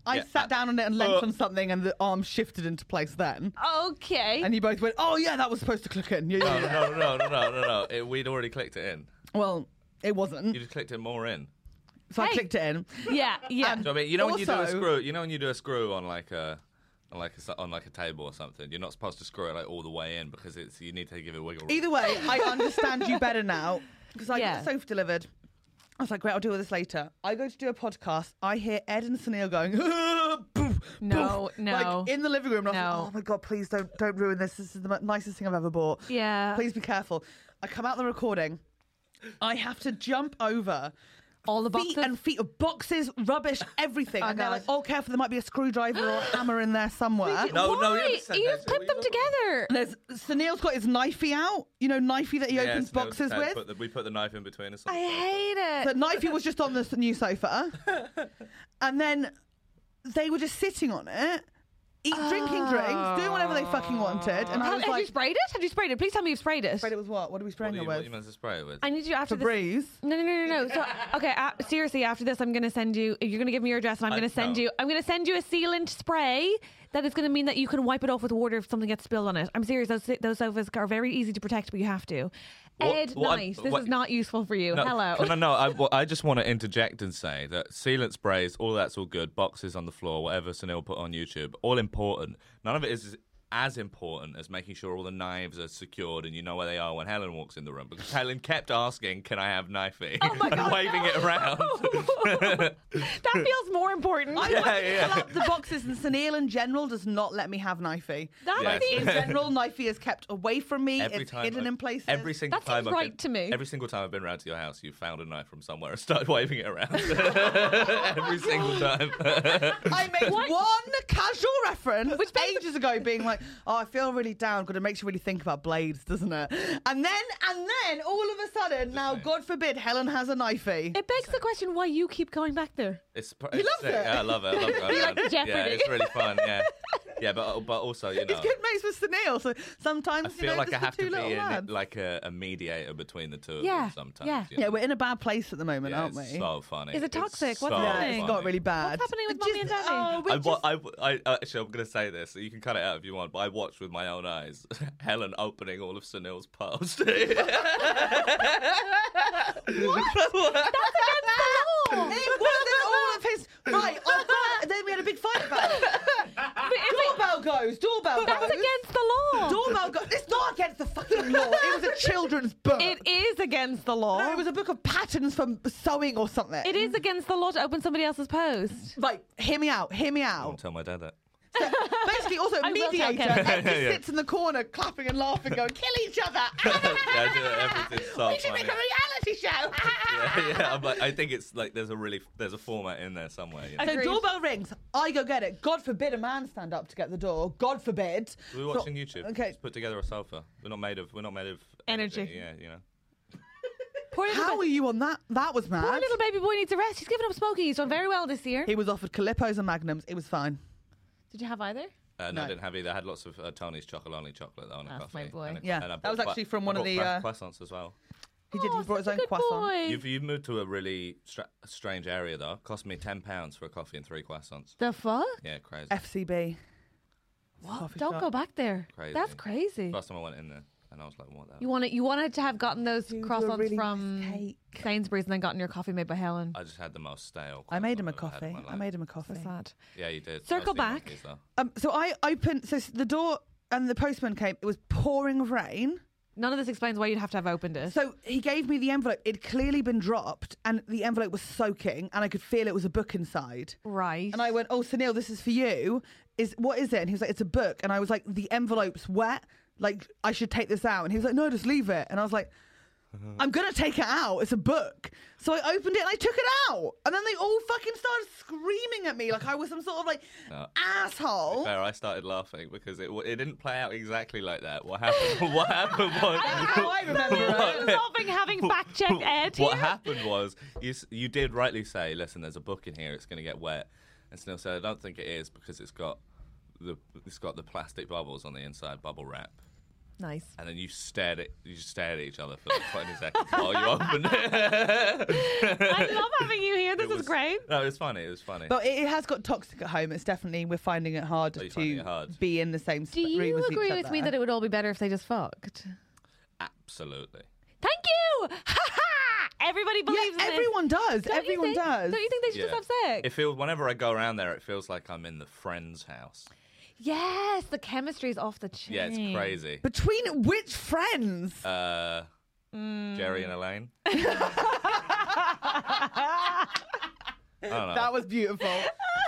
A: I
H: Yeah,
A: sat
H: I-
A: down on it and leant
H: Uh.
A: on something, and the arm shifted into place then.
B: Okay.
A: And you both went, "Oh yeah, that was supposed to click in." Yeah, yeah,
H: No,
A: yeah.
H: no, no, no, no, no. no. It, we'd already clicked it in.
A: Well, it wasn't,
H: You just clicked it more in.
A: so I
B: Hey.
A: clicked it in.
B: yeah, yeah.
H: Do you know what I mean? You know when you do a
A: Also-
H: screw, you know when you do a screw on like a on like a, s- on like a table or something, you're not supposed to screw it like all the way in because it's you need to give it wiggle room.
A: Either way, I understand you better now because I
B: Yeah.
A: got the sofa delivered. I was like, great, I'll deal with this later. I go to do a podcast. I hear Ed and Sunil going, poof,
B: No,
A: poof,
B: no.
A: like in the living room. And I was
B: No.
A: like, oh my god, please don't don't ruin this. This is the mo- nicest thing I've ever bought.
B: Yeah.
A: please be careful. I come out the recording. I have to jump over
B: All the
A: feet
B: boxes?
A: and feet of boxes, rubbish, everything.
B: Oh,
A: and they're
B: God.
A: like, oh, careful, there might be a screwdriver or a hammer in there somewhere.
H: No, no,
B: Why?
H: you haven't said
B: you
H: that,
B: have
H: so
B: put
H: we
B: them
H: don't-
B: together.
A: There's Sunil's got his knifey out, you know, knifey that he
H: Yeah,
A: opens
H: so no,
A: boxes
H: uh,
A: with.
H: Put the, we put the knife in between us.
B: I hate
A: So
B: it.
A: knifey was just on the new sofa, and then they were just sitting on it, eat drinking drinks, doing whatever they fucking wanted. And I
B: Have,
A: was
B: have you
A: like,
B: sprayed it? Have you sprayed it? Please tell me you've sprayed it.
A: afraid it was what? What are we
H: What
A: spraying
H: do
A: it
H: you, what
A: with?
H: you meant to spray it with?
B: I need you after this.
A: Febreze.
B: No, no, no, no, no. So, okay, uh, seriously, after this, I'm going to send you. You're going to give me your address, and I'm
H: I-
B: going to send
H: no.
B: you. I'm going to send you a sealant spray that is going to mean that you can wipe it off with water if something gets spilled on it. I'm serious. Those those sofas are very easy to protect, but you have to.
H: What-
B: Ed
H: what-
B: Knight, this
H: what-
B: is not useful for you.
H: No,
B: Hello.
H: Can I, no, I, well, I just want to interject and say that sealant sprays, all that's all good. Boxes on the floor, whatever Sunil put on YouTube, all important. None of it is as important as making sure all the knives are secured and you know where they are when Helen walks in the room. Because Helen kept asking, "Can I have knifey?"
B: Oh my
H: and
B: God,
H: waving it around.
B: that feels more important.
A: I wanted to
H: yeah.
A: fill up the boxes, and Sunil in general does not let me have knifey.
B: That
H: Yes.
B: seems
A: In general, knifey is kept away from me.
H: every
A: it's
H: time,
A: hidden
H: I-
A: in places.
H: Every single
B: That
H: time,
B: seems
H: I've
B: right
H: been-
B: to me.
H: Every single time I've been round to your house, you found a knife from somewhere and started waving it around. every single time.
A: I made
B: What?
A: one casual reference
B: Which makes-
A: ages ago, being like, "Oh, I feel really down." God, it makes you really think about blades, doesn't it? And then, and then, all of a sudden, now, God forbid, Helen has a knifey.
B: It begs the question why you keep going back there.
H: It's pr- it's
A: loves
H: sick.
A: it.
H: Yeah, I love it. I love it. I love it. Yeah,
B: Jeopardy.
H: it's really fun. Yeah, yeah, but but also you know,
A: It's good mates with Sunil, so sometimes
H: I
A: you
H: feel
A: know,
H: like
A: just
H: I
A: the
H: have
A: two
H: to
A: little
H: be in,
A: lads.
H: like a, a mediator between the two of
B: Yeah,
H: them sometimes.
B: yeah.
H: you
A: yeah,
H: know?
A: we're in a bad place at the moment,
H: Yeah,
A: aren't we?
H: it's so funny.
B: Is it
H: It's
B: toxic? What's
H: so
B: happening?
A: yeah, it's got really bad.
B: What's happening with mommy and daddy?
A: Oh, we
H: I,
A: just-
H: wa- I, w- I- uh, actually, I'm going to say this. You can cut it out if you want, but I watched with my own eyes Helen opening all of Sunil's posts.
A: It wasn't all of his. Right, I'm back. Then we had a big fight about it.
B: But if it-
A: Doorbell goes, doorbell
B: that's
A: goes.
B: against the law.
A: Doorbell goes. It's not against the fucking law. It was a children's book.
B: It is against the law.
A: No, it was a book of patterns for sewing or something.
B: It is against the law to open somebody else's post.
A: Right, hear me out, hear me
H: Don't
A: out.
H: tell my dad that.
A: Basically, also, a
B: I will
A: mediator
B: take
A: and
B: it.
A: just
H: Yeah.
A: sits in the corner clapping and laughing, going, kill each other.
H: yeah, I do it every- it's so
A: we should
H: funny.
A: make a reality show.
H: yeah, yeah. I'm like, I think it's like there's a really there's a format in there somewhere. You know?
A: So doorbell rings. I go get it. God forbid a man stand up to get the door. God forbid.
H: We're
A: So-
H: watching YouTube.
A: Okay.
H: Just put together a sofa. We're not made of. We're not made of
B: Energy.
H: anything, Yeah, you know.
B: Poor little,
A: How
B: ba-
A: are you on that? That was mad.
B: poor little baby boy needs a rest. He's given up smoking. He's done very well this year.
A: He was offered Calippos and Magnums. It was fine.
B: Did you have either?
H: Uh, no,
A: No.
H: I didn't have either. I had lots of uh, Tony's chocolate only chocolate though, and a
B: That's
H: coffee.
B: my boy.
H: And a-
A: Yeah,
H: and I
A: that was
H: bought-
A: actually from one
H: I
A: of
H: bought
A: the,
H: cra-
A: uh, Mm.
H: croissants as well.
A: He did.
B: Oh,
A: he brought
B: such
A: his
B: a
A: own
B: good
A: croissant.
B: boy.
H: You've you've moved to a really stra- strange area though. Cost me ten pounds for a coffee and three croissants.
B: The fuck?
H: Yeah, crazy.
A: FCB.
B: What?
A: coffee
B: Don't
A: shop.
B: go back there.
H: Crazy.
B: That's crazy.
H: Last time I went in there, and I was like, what? The
B: You wanted you wanted to have gotten those
A: You do a
B: croissants
A: really
B: from
A: nice cake.
B: Sainsbury's and then gotten your coffee made by Helen.
H: I just had the most stale.
A: I made him a
H: croissant I've ever had
A: coffee.
H: in my
A: I
H: life.
A: made him a coffee.
B: So sad.
H: Yeah, you did.
B: Circle
H: Mostly
B: back.
H: monkeys, though.
A: Um, so I opened. So s- the door and the postman came. It was pouring rain.
B: None of this explains why you'd have to have opened it.
A: So he gave me the envelope. It'd clearly been dropped, and the envelope was soaking, and I could feel it was a book inside.
B: right.
A: And I went, "Oh, Sunil, this is for you. Is what is it?" And he was like, "It's a book." And I was like, "The envelope's wet. Like I should take this out." And he was like, "No, just leave it." And I was like. I'm gonna take it out. It's a book. So I opened it and I took it out. And then they all fucking started screaming at me like I was some sort of like
H: No.
A: asshole.
H: Fair, I started laughing because it it didn't play out exactly like that. What happened? what happened was.
A: how I remember it.
H: What-
B: Involving having fact checked Ed.
H: What
B: here.
H: happened was you s- you did rightly say, listen, there's a book in here, it's going to get wet. And Snell said, I don't think it is because it's got the it's got the plastic bubbles on the inside bubble wrap.
B: Nice.
H: And then you stared at you stared at each other for like 20 seconds while you opened it.
B: I love having you here. This
H: It
B: is
H: was-
B: great.
H: No, it was funny. It was funny.
A: But it, it has got toxic at home. It's definitely we're finding it harder
H: Are you
A: to
H: finding it hard?
A: be in the same
B: Do
A: sp- room
B: you
A: as each
B: agree with me
A: other.
B: that it would all be better if they just fucked?
H: Absolutely.
B: Thank you. Ha ha! Everybody believes in
A: yeah,
B: this.
A: everyone does.
B: Don't you
A: everyone
B: think-
A: does.
B: Don't you think they should
H: Yeah.
B: just have sex?
H: It feels whenever I go around there, it feels like I'm in the friend's house.
B: yes, the chemistry is off the chain.
H: Yeah, it's crazy.
A: Between which friends?
H: Uh, Jerry
A: Hmm.
H: and Elaine. I don't know.
A: that was beautiful.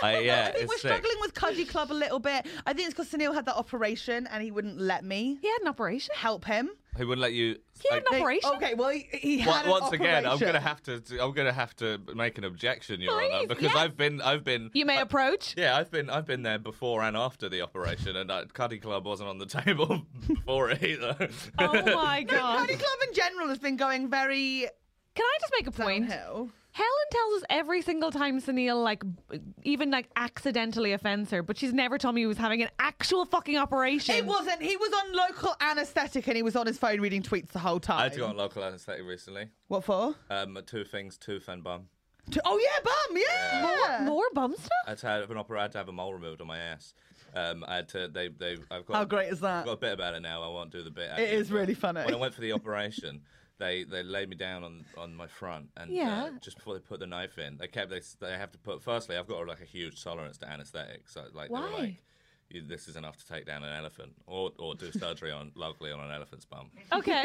H: I,
A: I
H: yeah,
A: think
H: it's
A: we're
H: sick.
A: struggling with Cudgy Club a little bit. I think it's because Sunil had that operation and he wouldn't let me
B: He had an operation.
A: help him.
H: He wouldn't let you.
B: He had
H: like-
B: an operation.
A: Okay, well, he, he
H: Wa-
A: had an
H: once again, I'm
A: operation.
H: gonna have to. I'm gonna have to make an objection, Your Honor,
B: Please,
H: because
B: yes.
H: I've been. I've been.
B: You may
H: I-
B: approach.
H: Yeah, I've been. I've been there before and after the operation, and uh, Cuddy Club wasn't on the table before it either.
B: Oh my
A: No,
B: god!
A: Cuddy Club in general has been going very
B: Can I just make a point?
A: downhill.
B: Helen tells us every single time Sunil like b- even like accidentally offends her, but she's never told me he was having an actual fucking operation.
A: It wasn't. He was on local anaesthetic and he was on his phone reading tweets the whole time.
H: I had to go on local anesthetic recently.
A: What for?
H: Um, two things: tooth and bum.
A: To- oh yeah, bum. Yeah.
B: more bum stuff.
H: I had to have an opera. I had to have a mole removed on my ass. Um, I had to. They. They. I've got.
A: How great is that?
H: I've got a bit about it now. I won't do the bit.
A: Uh, It is really funny.
H: When I went for the operation, they they laid me down on on my front, and
B: Yeah.
H: uh, just before they put the knife in, they kept they s- they have to put. Firstly, I've got like a huge tolerance to anaesthetics. So like they
B: Why?
H: were like. You, this is enough to take down an elephant, or or do surgery on locally on an elephant's bum.
B: Okay.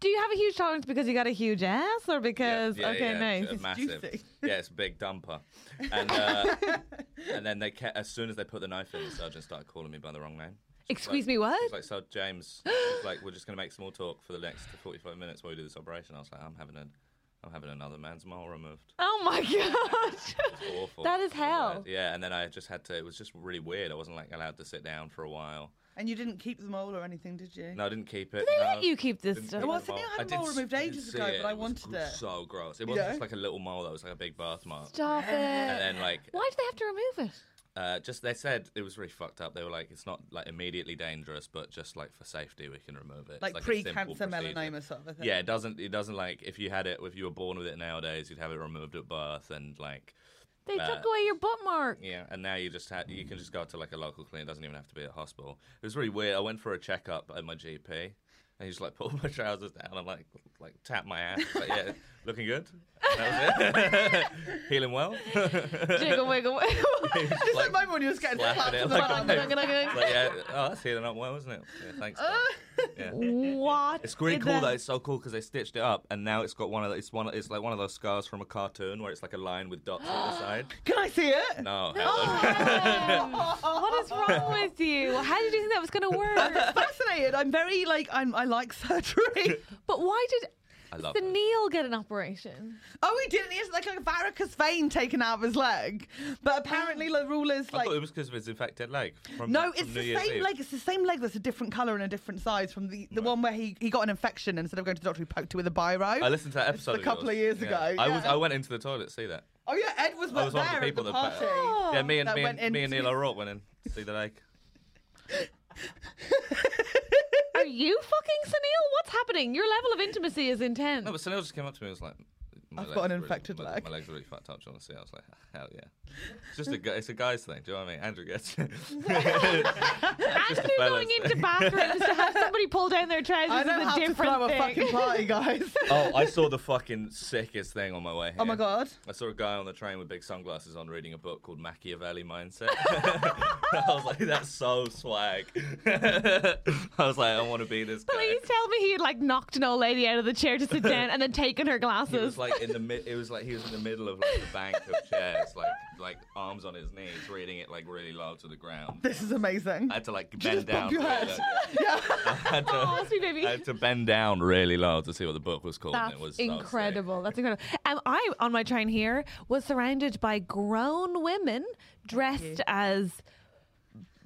B: Do you have a huge tolerance because you got a huge ass, or
H: Uh, Yeah,
B: because
H: yeah,
B: okay,
H: yeah,
B: nice.
H: it's, uh, massive.
A: juicy.
H: Yeah, it's a big dumper. And uh, and then they kept, as soon as they put the knife in, the surgeon started calling me by the wrong name.
B: Excuse
H: like-
B: me, what?
H: It's like, so James, it's like we're just going to make small talk for the next 45 minutes while we do this operation. I was like, I'm having a, I'm having another man's mole removed.
B: oh my god!
H: It's awful.
B: That is
H: It was bad.
B: hell.
H: Yeah, and then I just had to. It was just really weird. I wasn't like allowed to sit down for a while.
A: And you didn't keep the mole or anything, did you?
H: No, I didn't keep it.
B: they
H: no.
B: let you keep this
H: Didn't
B: stuff?
H: keep
A: Well,
H: Uh, the
A: Sydney, I had a
H: didn't-
A: mole removed
H: I didn't
A: ages
H: see
A: ago, but I
H: was
A: wanted it.
H: So gross. It wasn't
A: Yeah.
H: just like a little mole. That was like a big birthmark.
B: Stop it!
H: And then like
B: Why do they have to remove it?
H: Uh, just they said it was really fucked up. They were like, it's not like immediately dangerous, but just like for safety, we can remove it. It's
A: like,
H: a simple
A: pre-cancer
H: procedure.
A: melanoma sort of a thing.
H: Yeah, it doesn't. It doesn't like if you had it, if you were born with it nowadays, you'd have it removed at birth, and like
B: They
H: Uh,
B: took away your butt mark.
H: yeah, and now you just had you can just go to like a local clinic. It doesn't even have to be at a hospital. It was really weird. I went for a checkup at my GP, and he just like pulled my trousers down and like like tapped my ass. But yeah, looking good. That was it. Healing well.
B: Jiggle wiggle wiggle.
H: He was
A: Just like
H: like-
A: my mum when you was getting
H: slapping
A: slapped
H: it
A: in the
H: like a
A: bum.
H: pig. But yeah, oh, that's healing up well, isn't it? Yeah, thanks. Doc. Yeah.
B: what?
H: It's really
B: in
H: cool
B: the-
H: though. It's so cool because they stitched it up, and now it's got one of the, it's one it's like one of those scars from a cartoon where it's like a line with dots on the side.
A: Can I see it?
H: No,
B: Oh,
H: Helen.
B: Helen, what is wrong with you? How did you think that was going to work?
A: Fascinated. I'm very like I'm, I like surgery.
B: But why did
H: I love
B: the
H: it.
B: Neil get an operation?
A: oh, he didn't. He has like a varicose vein taken out of his leg. But apparently the rule is
H: I
A: like
H: thought it was because of his infected leg. From,
A: No,
H: from
A: it's
H: New
A: the
H: Year's
A: same
H: Eve.
A: leg. It's the same leg that's a different colour and a different size from the, the one where he, he got an infection and instead of going to the doctor, he poked it with a biro.
H: I listened to that episode
A: a
H: of
A: couple of
H: yours.
A: years
H: Yeah.
A: ago,
H: I was
A: yeah.
H: I went into the toilet to see that.
A: oh yeah, Ed was,
H: I was
A: there
H: one of the people
A: at the
H: that
A: party.
H: yeah, me and
A: Oh, That
H: me and,
A: went
H: me and
A: into-
H: Neil O'Rourke went in to see the lake.
B: Are you fucking senile? What's happening? Your level of intimacy is intense.
H: No, but Sunil just came up to me and was like, my
A: I've
H: leg's
A: got an
H: really-
A: infected
H: my,
A: leg.
H: My legs are really fucked up. Do you want to see? I was like, hell yeah. It's just a gu- it's a guy's thing. Do you know what I mean? Andrew gets it.
B: Andrew
H: fellas
B: going into bathrooms to have somebody pull down their trousers
A: I don't
B: is a
A: have to
B: different
A: throw
B: thing.
A: a fucking party, guys.
H: oh, I saw the fucking sickest thing on my way. Here.
A: Oh my god.
H: I saw a guy on the train with big sunglasses on reading a book called Machiavelli Mindset. I was like, that's so swag. I was like, I want to be this guy.
B: Please tell me he had like knocked an old lady out of the chair to sit down and then taken her
H: He was
B: glasses.
H: like in the mid. It was like he was in the middle of like the bank of chairs, like like arms on his knees, reading it like really low to the ground.
A: This is amazing.
H: I had to like bend
A: just
H: down.
A: bump your
H: really
A: head?
H: low. I, had to,
B: Oh, sweet baby.
H: I had to bend down really low to see what the book was called. and
B: That's
H: it was so sick.
B: incredible. That's incredible. Um, I, on my train here, was surrounded by grown women dressed as,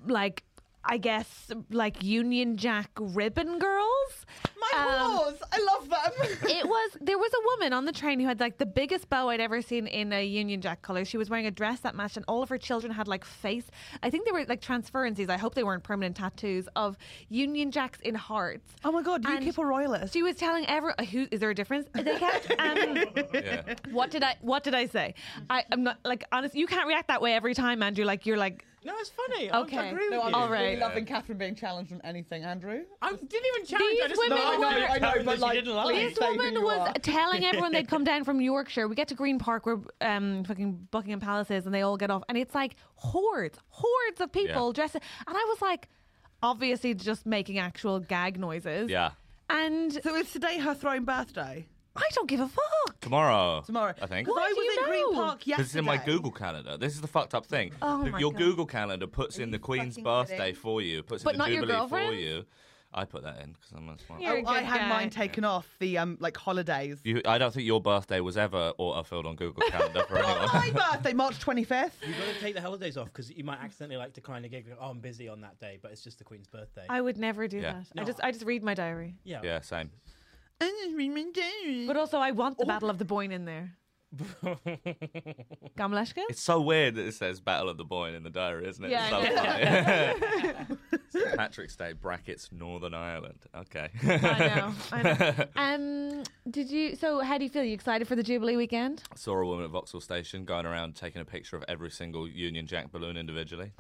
B: like, I guess, like Union Jack ribbon girls.
A: My
B: Um,
A: paws. I love them.
B: It was there was a woman on the train who had like the biggest bow I'd ever seen in a Union Jack color. She was wearing a dress that matched, and all of her children had like face. I think they were like transferences. I hope they weren't permanent tattoos of Union Jacks in hearts.
A: oh my god, you
B: And
A: keep a royalist.
B: She was telling everyone, "Who is there a difference?" They kept. Um,
H: Yeah.
B: What did I What did I say? I, I'm not like honest. You can't react that way every time, Andrew. Like you're like
F: No, it's funny. I- I
B: Okay.
F: agree with
A: no, I'm
F: you.
B: All right.
A: really loving Catherine being challenged on anything, Andrew.
F: I didn't even challenge. I
B: These
F: just
B: women
F: laughed
B: were-
F: at the
B: I
A: know,
F: character
A: but,
F: she
A: like,
F: didn't like.
A: please
B: this
A: say who
B: woman
A: you
B: was
A: are.
B: telling everyone they'd come down from Yorkshire. We get to Green Park where um fucking Buckingham Palace is, and they all get off, and it's like hordes, hordes of people
H: Yeah.
B: dressed. And I was like, obviously just making actual gag noises.
H: Yeah.
B: And
A: So is today her throne birthday?
B: I don't give a fuck.
H: Tomorrow.
A: Tomorrow.
H: I think.
A: 'Cause
B: Why
A: I
B: do
A: was
B: you
A: in Green
B: know?
A: Park yesterday.
H: Because it's in my Google calendar. This is the fucked up thing.
B: Oh
H: The-
B: my
H: your
B: God.
H: Google calendar puts in the Queen's
A: fucking
H: birthday
A: kidding?
H: for you, puts
B: But
H: in the
B: not your
H: Jubilee for
B: girlfriend's?
H: you. I put that in because I'm a smart.
G: You're a
A: Oh, I
G: good
A: had
G: guy.
A: mine taken off the um like holidays.
H: You, I don't think your birthday was ever auto-filled on Google Calendar
B: Oh
H: for anyone.
A: My birthday, March 25th.
F: You've got to take the holidays off because you might accidentally like decline a gig. Like, oh, I'm busy on that day, but it's just the Queen's birthday.
B: I would never do
H: Yeah.
B: that. I just I just read my diary.
F: yeah.
H: yeah, same.
B: But also, I want
H: Oh.
B: the Battle of the Boyne in there. Gamleshka?
H: It's so weird that it says Battle of the Boyne in the diary, isn't it?
B: Yeah, I
H: It's so funny. Patrick's Day brackets Northern Ireland. Okay.
B: I know. I know. Um, did you? So, how do you feel? You excited for the Jubilee weekend?
H: Saw a woman at Vauxhall Station going around taking a picture of every single Union Jack balloon individually.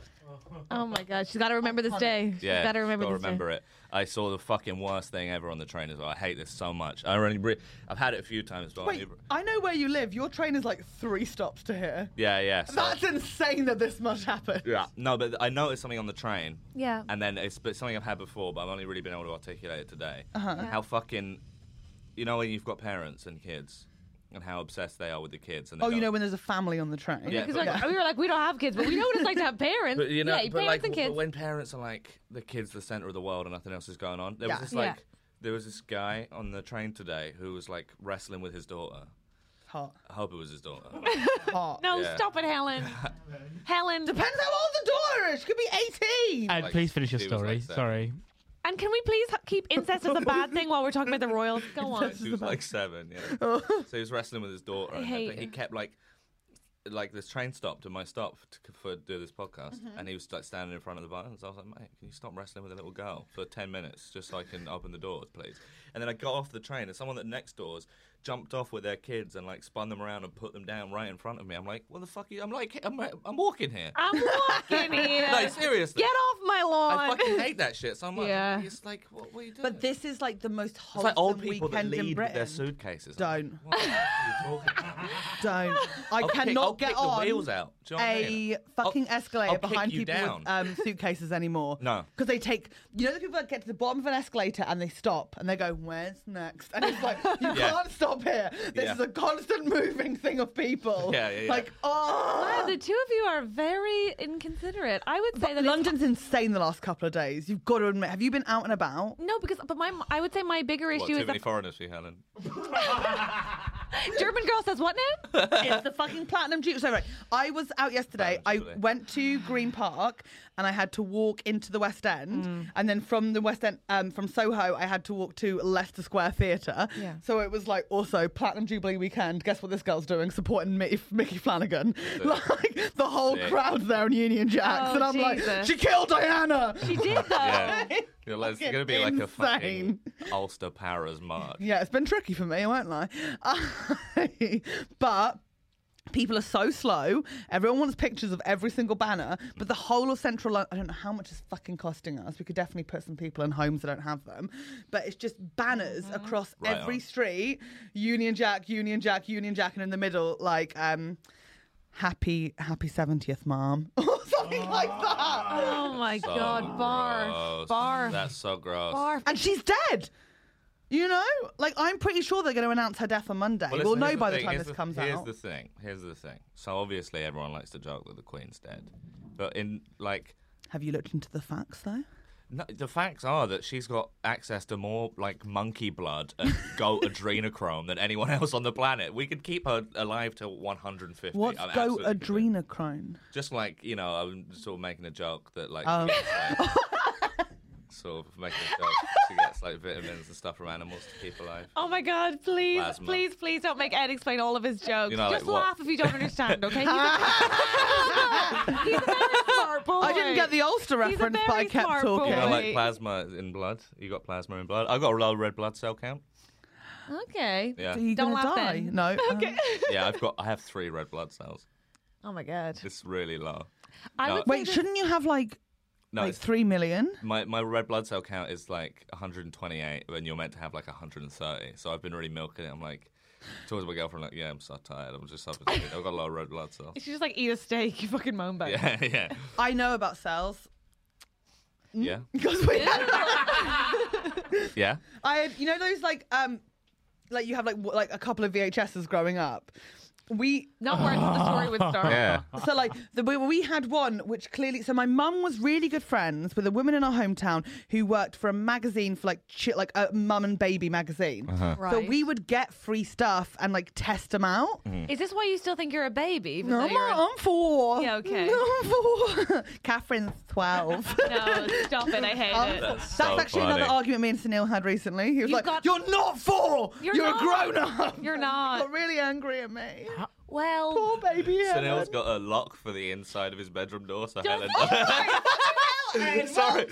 B: Oh my God, she's got to remember this day. She's
H: Yeah,
B: got to remember
H: gotta
B: this
H: remember it. I saw the fucking worst thing ever on the train as well. I hate this so much. I only re- I've had it a few times, but I
A: Wait,
H: only-
A: I know where you live. Your train is like three stops to here.
H: yeah, yeah. so-
A: That's insane that this much happened.
H: Yeah. No, but I noticed something on the train.
B: Yeah.
H: And then it's but something I've had before, but I've only really been able to articulate it today.
A: Uh-huh.
H: How fucking, you know, when you've got parents and kids, and how obsessed they are with the kids. And they
A: Oh, you
H: go-
A: know when there's a family on the train.
H: Yeah,
B: Because
H: but-
B: like, we were like, we don't have kids, but we know what it's like to have parents.
H: But you know,
B: yeah,
H: but
B: parents
H: like
B: and
H: w-
B: kids.
H: when parents are like the kids, the center of the world, and nothing else is going on. There
A: Yeah.
H: was this
B: Yeah.
H: like, there was this guy on the train today who was like wrestling with his daughter.
A: Hot,
H: I hope it was his daughter.
A: hot.
B: no,
H: yeah.
B: stop it, Helen. Helen.
A: Depends how old the daughter is. She could be 18.
E: And
H: Like,
E: please finish your
H: she was like
E: story.
H: that.
E: Sorry.
B: And can we please ha- keep incest as a bad thing while we're talking about the royals? Go on.
H: she was like seven. Yeah. so he was wrestling with his daughter, and
B: hate
H: I think he
B: you.
H: kept like, like this train stopped and my stop to, for do this podcast,
B: Mm-hmm.
H: and he was like standing in front of the bar, and I was like, mate, can you stop wrestling with a little girl for ten minutes just so I can open the doors, please? And then I got off the train, and someone that next doors jumped off with their kids and like spun them around and put them down right in front of me. I'm like, what the fuck? Are you? I'm like, I'm, I'm walking here.
B: I'm walking here.
H: no, seriously.
B: Ah, Get off my lawn.
H: I fucking hate that shit so much.
B: Yeah.
H: It's like, what, what are you doing?
A: But this is like the most
H: It's
A: wholesome
H: like old people that
A: weekend in
H: lead with
A: Britain.
H: their suitcases.
A: Don't.
H: What the fuck are you talking about?
A: Don't. I
H: I'll kick-
A: cannot
H: I'll
A: get
H: kick the
A: on
H: wheels out. Do you know what I mean?
A: a fucking
H: I'll-
A: escalator
H: I'll kick
A: behind
H: you
A: people
H: down.
A: with um, suitcases anymore.
H: No.
A: Because they take, you know, the people that get to the bottom of an escalator and they stop and they go, where's next? And it's like, you
H: Yeah.
A: can't stop here. This
H: Yeah.
A: is a constant moving thing of people.
H: Yeah, yeah, yeah.
A: Like, oh.
B: Wow, Ah, the two of you are very inconsiderate. I would say that it's-
A: London's insane the last couple of days. You've got to admit. Have you been out and about?
B: No, because but my I would say my bigger
H: What,
B: issue
H: too
B: is
H: many
B: that
H: foreigners for you, Helen?
B: German girl says what now?
A: it's the fucking platinum jubilee. So right, I was out yesterday.
H: Platinum
A: I
H: Jubilee.
A: went to Green Park and I had to walk into the West End, and then from the West End, um, from Soho, I had to walk to Leicester Square Theatre.
B: Yeah.
A: So it was like also platinum jubilee weekend. Guess what this girl's doing? Supporting Mi- Mickey Flanagan. Like the whole
H: Sick.
A: crowd's there in Union Jacks,
B: Oh,
A: and I'm like,
B: Jesus.
A: she killed Diana.
B: She did though.
H: Yeah. You know, it's
A: Fucking
H: going to be like a fucking Ulster Paras march.
A: Yeah, it's been tricky for me, I won't lie. but people are so slow. Everyone wants pictures of every single banner, but the whole of central London, I don't know how much is fucking costing us. We could definitely put some people in homes that don't have them, but it's just banners across
H: Mm-hmm. Right
A: every
H: on.
A: street Union Jack, Union Jack, Union Jack, and in the middle, like, um, Happy, happy 70th, mom, or something like that.
B: Oh my
H: So
B: god, barf,
H: gross.
B: barf,
H: Oh, That's so gross.
B: barf.
A: And she's dead. You know, like I'm pretty sure they're going to announce her death on Monday.
H: Well,
A: we'll
H: listen,
A: know
H: here's
A: by the
H: thing,
A: time
H: here's
A: this comes
H: here's
A: out.
H: the thing. Here's the thing. So obviously everyone likes to joke that the Queen's dead, but in like
A: Have you looked into the facts though?
H: No, the facts are that she's got access to more like monkey blood and goat adrenochrome than anyone else on the planet. We could keep her alive till 150.
A: What's
H: I'm
A: go
H: absolutely convinced.
A: adrenochrome?
H: Just like you know, I'm sort of making a joke that like,
A: Oh.
H: she gets, like, sort of making a joke. She gets like vitamins and stuff from animals to keep alive.
B: Oh my god, please,
H: Plasma.
B: please, please don't make Ed explain all of his jokes.
H: You know,
B: Just
H: like what?
B: laugh if you don't understand, okay? He's a, he's a very smart boy.
A: I didn't get the Ulster
B: He's a
A: reference, but
B: very
A: I kept
B: smart
A: talking.
H: You know,
B: Right.
H: like plasma in blood. You got plasma in blood. I've got a low red blood cell count.
B: Okay.
H: Yeah,
A: Are you
B: Don't
A: gonna
B: laugh
A: die?
B: then.
A: No. um,
B: Okay.
H: yeah. I've got. I have three red blood cells.
B: Oh my god.
H: It's really low.
B: I
H: no.
B: would say
A: Wait,
B: that-
A: shouldn't you have like
H: No,
A: like
H: it's
A: three million?
H: My my red blood cell count is like 128 when you're meant to have like 130. So I've been really milking it. I'm like talking to my girlfriend like, yeah, I'm so tired. I'm just up. I've got a lot of red blood cells.
B: you should just like eat a steak, you fucking moan about it.
H: Yeah, yeah,
A: I know about cells Mm.
H: yeah,
A: because we had,
H: yeah.
A: I had, you know those like um like you have like w- like a couple of VHSs growing up. we
B: Not worth the story with Star.
H: Yeah.
A: so like the, we, we had one which clearly so my mum was really good friends with a woman in our hometown who worked for a magazine for like chi- like a mum and baby magazine so
H: Uh-huh.
B: Right.
A: we would get free stuff and like test them out
H: Mm-hmm.
B: Is this why you still think you're a baby? even
A: no
B: though Oh,
A: I'm,
B: you're a-
A: I'm four
B: Yeah, okay.
A: No, I'm four Catherine's 12
B: No, stop it. I hate
A: I'm
B: it.
A: four.
H: That's
A: That's,
H: so
A: actually
H: funny.
A: another argument me and Sunil had recently. He was
B: You've
A: like,
B: got-
A: "You're not four. You're,
B: You're
A: a
B: not.
A: grown up.
B: You're not.
A: Got really angry at me.
B: Well,
A: Poor baby. Helen.
H: Sunil's got a lock for the inside of his bedroom door, so Helen. Sorry,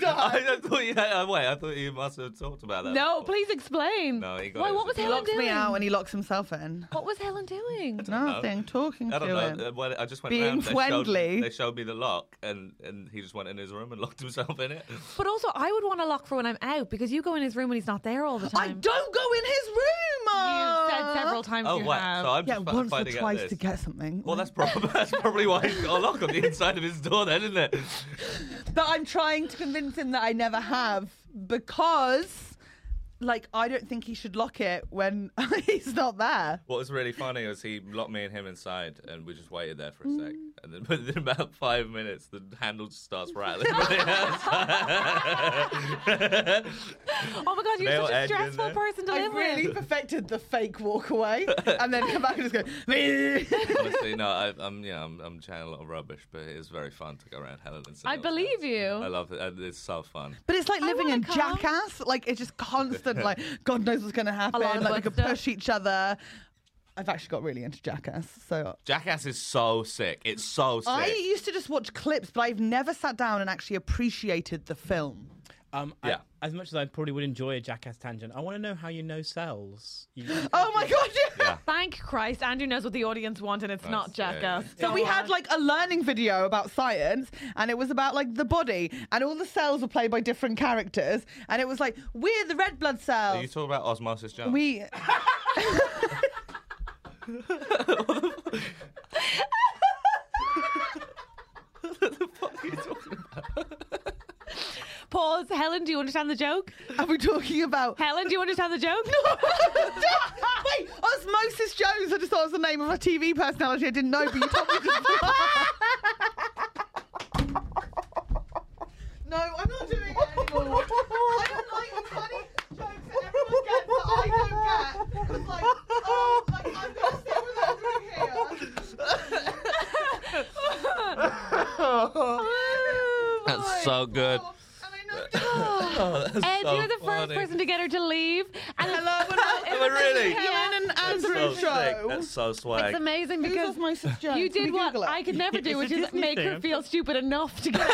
H: I, I thought you. Had, uh, wait, I thought you must have talked about that.
B: no,
H: before.
B: please explain.
H: No, he got
B: Why,
H: it.
B: what was
H: He
B: Helen
A: locks
B: doing?
A: me out and he locks himself in.
B: What was Helen doing?
A: Nothing. Talking
H: I
A: to
H: don't
A: him.
H: know. uh, Well, I just went
A: Being
H: round, they showed-
A: friendly.
H: They showed me the lock, and, and he just went in his room and locked himself in it.
B: But also, I would want a lock for when I'm out because you go in his room when he's not there all the
A: I
B: time.
A: don't go in his room. uh.
B: You've said several times
H: Oh,
B: you
H: what?
B: have.
H: So I'm
A: Yeah,
H: just fi-
A: once or
H: finding out
A: twice
H: this.
A: to get something.
H: Well, that's probably that's probably why he's got a lock on the inside of his door, then, isn't it?
A: but I'm trying to convince him that I never have because, like, I don't think he should lock it when he's not there.
H: What was really funny was he locked me and him inside, and we just waited there for a sec, and then within about five minutes, the handle just starts rattling.
B: Oh my god, you're
H: Nail
B: such
H: edge
B: a
H: in there.
B: stressful person to
A: I
B: live
A: really
B: with.
A: perfected the fake walk away and then come back and just go.
H: Honestly, no, I, I'm you know I'm, I'm chatting a lot of rubbish, but it is very fun to go around Helen and
B: I
H: Sunil's
B: believe
H: house.
B: you.
H: I love it. and It's so fun.
A: But it's like
B: I
A: living in
B: wanna come.
A: jackass. Like it's just constant. Like God knows what's going to happen.
B: lot of
A: Like we
B: good
A: could
B: stuff.
A: push each other. I've actually got really into jackass. So
H: Jackass is so sick. It's so sick.
A: I used to just watch clips, but I've never sat down and actually appreciated the film.
F: Um,
H: Yeah.
F: I, as much as I probably would enjoy a jackass tangent, I want to know how you know cells. You-
A: Oh my god! Yeah.
B: Thank Christ, Andrew knows what the audience want, and it's not
H: yeah,
B: jackass.
A: So we had like a learning video about science, and it was about like the body, and all the cells were played by different characters, and it was like we're the red blood
H: Are you
A: cells.
H: talking about Osmosis Jones?
A: We
B: Pause. Helen, do you understand the joke?
A: are we talking about?
B: Helen, do you understand the joke?
A: Wait, Osmosis Jones. I just thought it was the name of a TV personality. I didn't know, but you told me to. no, I'm not doing it anymore. I don't like the funny jokes that everyone gets that I don't get. Because like, oh, like I'm gonna sit with Andrew here.
H: That's so good. Oh,
A: And I know.
B: Ed,
H: so
B: you're the
H: funny.
B: first person to get her to leave. And it's-
A: Hello and welcome.
H: Oh, really?
A: Helen and
H: That's
A: Andrew
H: so sick.
A: show.
H: That's so swag.
B: it's amazing because
A: Osmosis Jones?
B: you
A: Can
B: did
A: we
B: what
A: Google it?
B: I could never
F: It's
B: do,
F: a
B: which is
F: Disney
B: make her
F: thing.
B: feel stupid enough to get.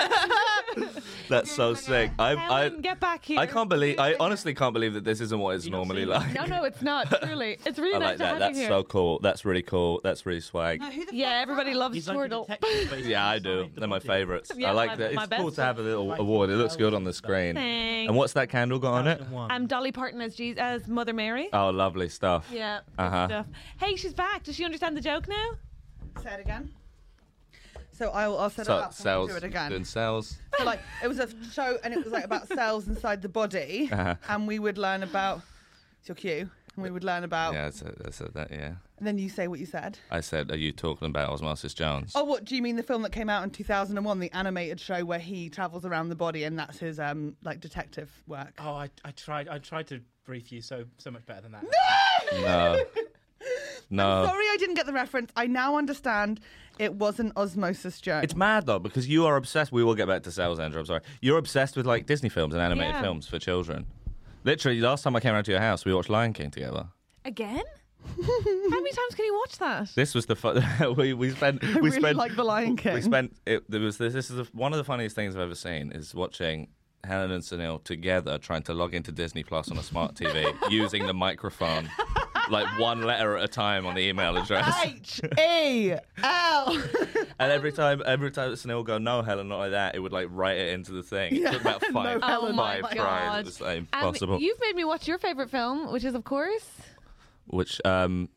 H: That's so sick. I, I
B: Helen, get back here.
H: I can't believe. I honestly can't believe that this isn't what it's normally like.
B: No, no, it's not. Truly, it's really
H: I
B: nice
H: like
B: to
H: that.
B: have
H: That's
B: you here.
H: so cool. That's really cool. That's really swag.
B: yeah, everybody loves
F: He's like a
B: Twirtle.
F: detective, but he's
H: Yeah, I
F: inside
H: do.
F: the
H: They're my
F: body.
H: favourites.
B: Yeah,
H: I
B: my-
H: like that.
B: my
H: It's cool
B: best
H: to have a little award. It looks good on the screen.
B: Thanks.
H: And what's that candle got on it?
F: One.
B: I'm Dolly Parton as Jesus, as Mother Mary.
H: Oh, lovely stuff.
B: Yeah. good
H: Uh-huh.
B: Stuff. Hey, she's back. Does she understand the joke now?
A: Say it again. So I'll, I'll set it
H: So
A: up
H: cells
A: and we'll do it again.
H: doing cells.
A: So like it was a show and it was like about cells inside the body,
H: Uh-huh.
A: and we would learn about. It's your cue. And we would learn
B: Oh.
A: about,
H: Yeah, that's a, that's a, that. Yeah.
A: and then you say what you said.
H: I said, are you talking about Osmosis Jones?
A: Oh, what do you mean? The film that came out in two thousand and one, the animated show where he travels around the body, and that's his um like detective work.
F: Oh, I, I tried. I tried to brief you so so much better than that.
H: No. Oh. No.
A: Sorry, I didn't get the reference. I now understand. It was an osmosis joke.
H: It's mad though because you are obsessed. We will get back to sales, Andrew. I'm sorry. You're obsessed with like Disney films and animated
B: Yeah.
H: films for children. Literally, last time I came around to your house, we watched Lion King together.
B: Again? How many times can you watch that?
H: This was the fun. we we spent. we
A: really
H: spent
A: like The Lion King.
H: We spent. It, there was this. This is the, one of the funniest things I've ever seen. Is watching Helen and Sunil together trying to log into Disney Plus on a smart TV using the microphone, like one letter at a time on the email address.
A: H E L.
H: And every time, every time Sunil would go, "No, Helen, not like that," it would like write it into the thing. It took about
A: No,
H: five,
B: Oh
A: Helen, not
H: five
A: like that.
H: tries. It was like,
B: Um,
H: impossible.
B: You've made me watch your favourite film, which is, of course,
H: Which um,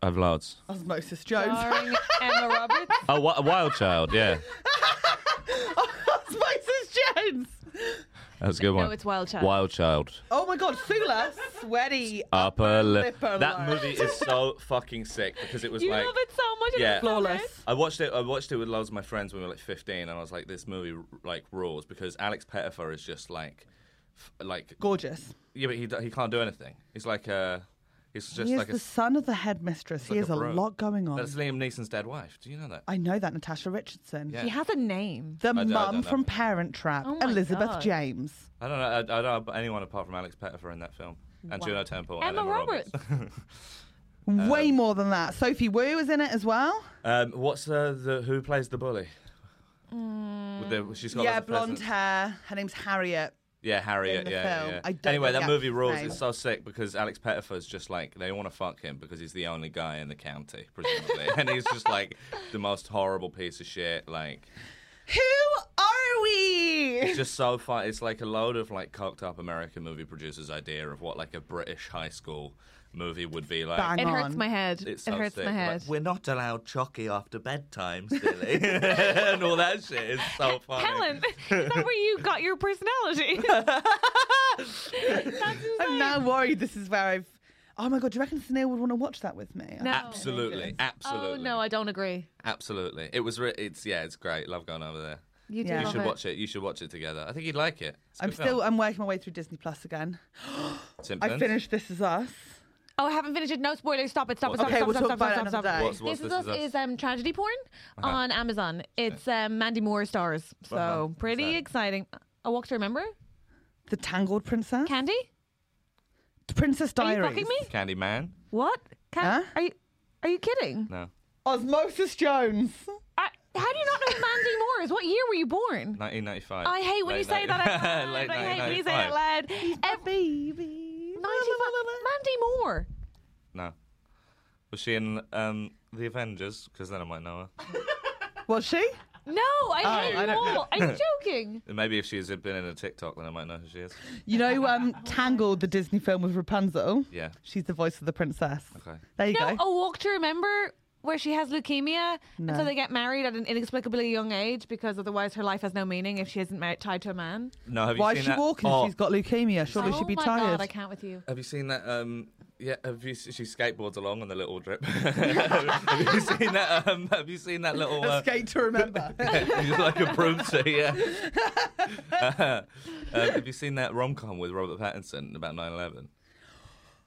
H: I've loads.
A: Osmosis Jones.
B: starring Emma Roberts.
H: Oh, wi- Wild Child, yeah.
A: Osmosis Jones.
H: That was a good one.
B: it's Wild Child.
H: Wild Child.
A: Oh my god, Sula, sweaty.
H: Upper lip.
A: lip
H: That
A: alert.
H: movie is so fucking sick because it was
B: You
H: like
B: love it so much.
H: Yeah.
A: Flawless.
H: I watched it. I watched it with loads of my friends when we were like 15, and I was like, "This movie like rules" because Alex Pettifer is just like, f- like
A: Gorgeous.
H: yeah, but he d- he can't do anything. He's like a, he's just
A: he is
H: like a.
A: the son of the headmistress. He
H: like
A: has
H: a
A: a,
H: bro.
A: lot going on.
H: That's Liam Neeson's dead wife. Do you know that?
A: I know that, Natasha Richardson.
H: Yeah.
B: He has a name.
A: The
H: I don't know.
A: mum from Parent Trap,
B: Oh my
A: Elizabeth
B: God.
A: James.
H: I don't know. I, I don't know about anyone apart from Alex Pettifer in that film and Juno Temple. and
B: Emma
H: Emma Roberts.
A: Way more than that. Sophie Wu is in it as well.
H: um, what's uh, the who plays the bully? With the, she's got
A: Mm, yeah,
H: like, the
A: blonde
H: peasant-
A: hair. Her name's Harriet.
H: Yeah, Harriet.
A: the
H: yeah,
A: film.
H: yeah.
A: I don't
H: anyway,
A: know
H: that
A: the
H: movie
A: actor's
H: rules.
A: name.
H: It's so sick because Alex Pettifer's just like they want to fuck him because he's the only guy in the county, presumably, and he's just like the most horrible piece of shit. Like,
A: Who are we?
H: it's just so fun. It's like a load of like cocked up American movie producers' idea of what like a British high school movie would be like.
A: Bang
B: It
A: on.
B: hurts my head.
H: It's
B: it
H: so
B: hurts
H: sick.
B: my
H: Like,
B: head.
H: We're not allowed chalky after bedtime, silly, and all that shit. It's so funny.
B: Helen, is that where you got your personality?
A: I'm now worried this is where I've. Oh my god, do you reckon Sunil would want to watch that with me?
B: No.
H: Absolutely, absolutely,
B: Oh no, I don't agree.
H: absolutely. It was, re- it's yeah, it's great. Love going over there.
B: You do
A: Yeah.
H: You
B: love
H: should
B: it.
H: watch it. You should watch it together. I think you'd like it. It's a
A: I'm
H: good
A: still.
H: film.
A: I'm working my way through Disney Plus again. I
H: Simpsons.
A: finished This Is Us.
B: Oh, I haven't finished it. No spoilers. Stop it. Stop it. Stop it.
A: Okay,
B: Stop
A: we'll
B: it.
A: talk
B: Stop
A: about
B: it. Stop it.
A: it
B: Stop
A: another
B: it.
A: day.
H: What's, what's Uh-huh.
B: This Is Us is um, tragedy porn on Amazon. It's um, Mandy Moore stars. So pretty exciting. A Walk to Remember?
A: The Tangled Princess.
B: Candy?
A: Princess
B: Are
A: Diaries.
B: you fucking me?
H: Candy Man?
B: What? Can-
A: Huh?
B: Are you Are you kidding?
H: No.
A: Osmosis Jones.
B: I, how do you not know who Mandy Moore is? What year were you born?
H: 1995.
B: I hate when you
H: Late
B: say that out loud.
H: 1995. Late
B: I hate when you say that out
H: 1995.
B: loud. Ev-
A: Baby.
B: 95 Mandy Moore.
H: No. Was she in um, The Avengers? Because then I might know her.
A: Was she?
B: No, I hate
A: Oh, I
B: you
A: don't-
B: all. Are you joking?
H: And Maybe if she's been in a TikTok, then I might know who she is.
A: You know, um, Tangled, the Disney film with Rapunzel.
H: Yeah.
A: She's the voice of the princess.
H: Okay.
A: There you
B: No,
A: go.
B: A Walk to Remember, where she has leukemia, and so
A: No.
B: they get married at an inexplicably young age because otherwise her life has no meaning if she isn't mar- tied to a man.
H: No, have you
A: Why
H: seen
A: is she
H: that?
A: walking? if
H: Oh,
A: She's got leukemia. Surely
B: oh
A: she'd be
B: my
A: tired.
B: god, I can't with you.
H: Have you seen that? Um, yeah, have you? She skateboards along on the little drip. have you seen that? Um, have you seen that little? uh,
A: Escape to remember.
H: He's like a broomstick, yeah. Uh, have you seen that rom com with Robert Pattinson about 9 11?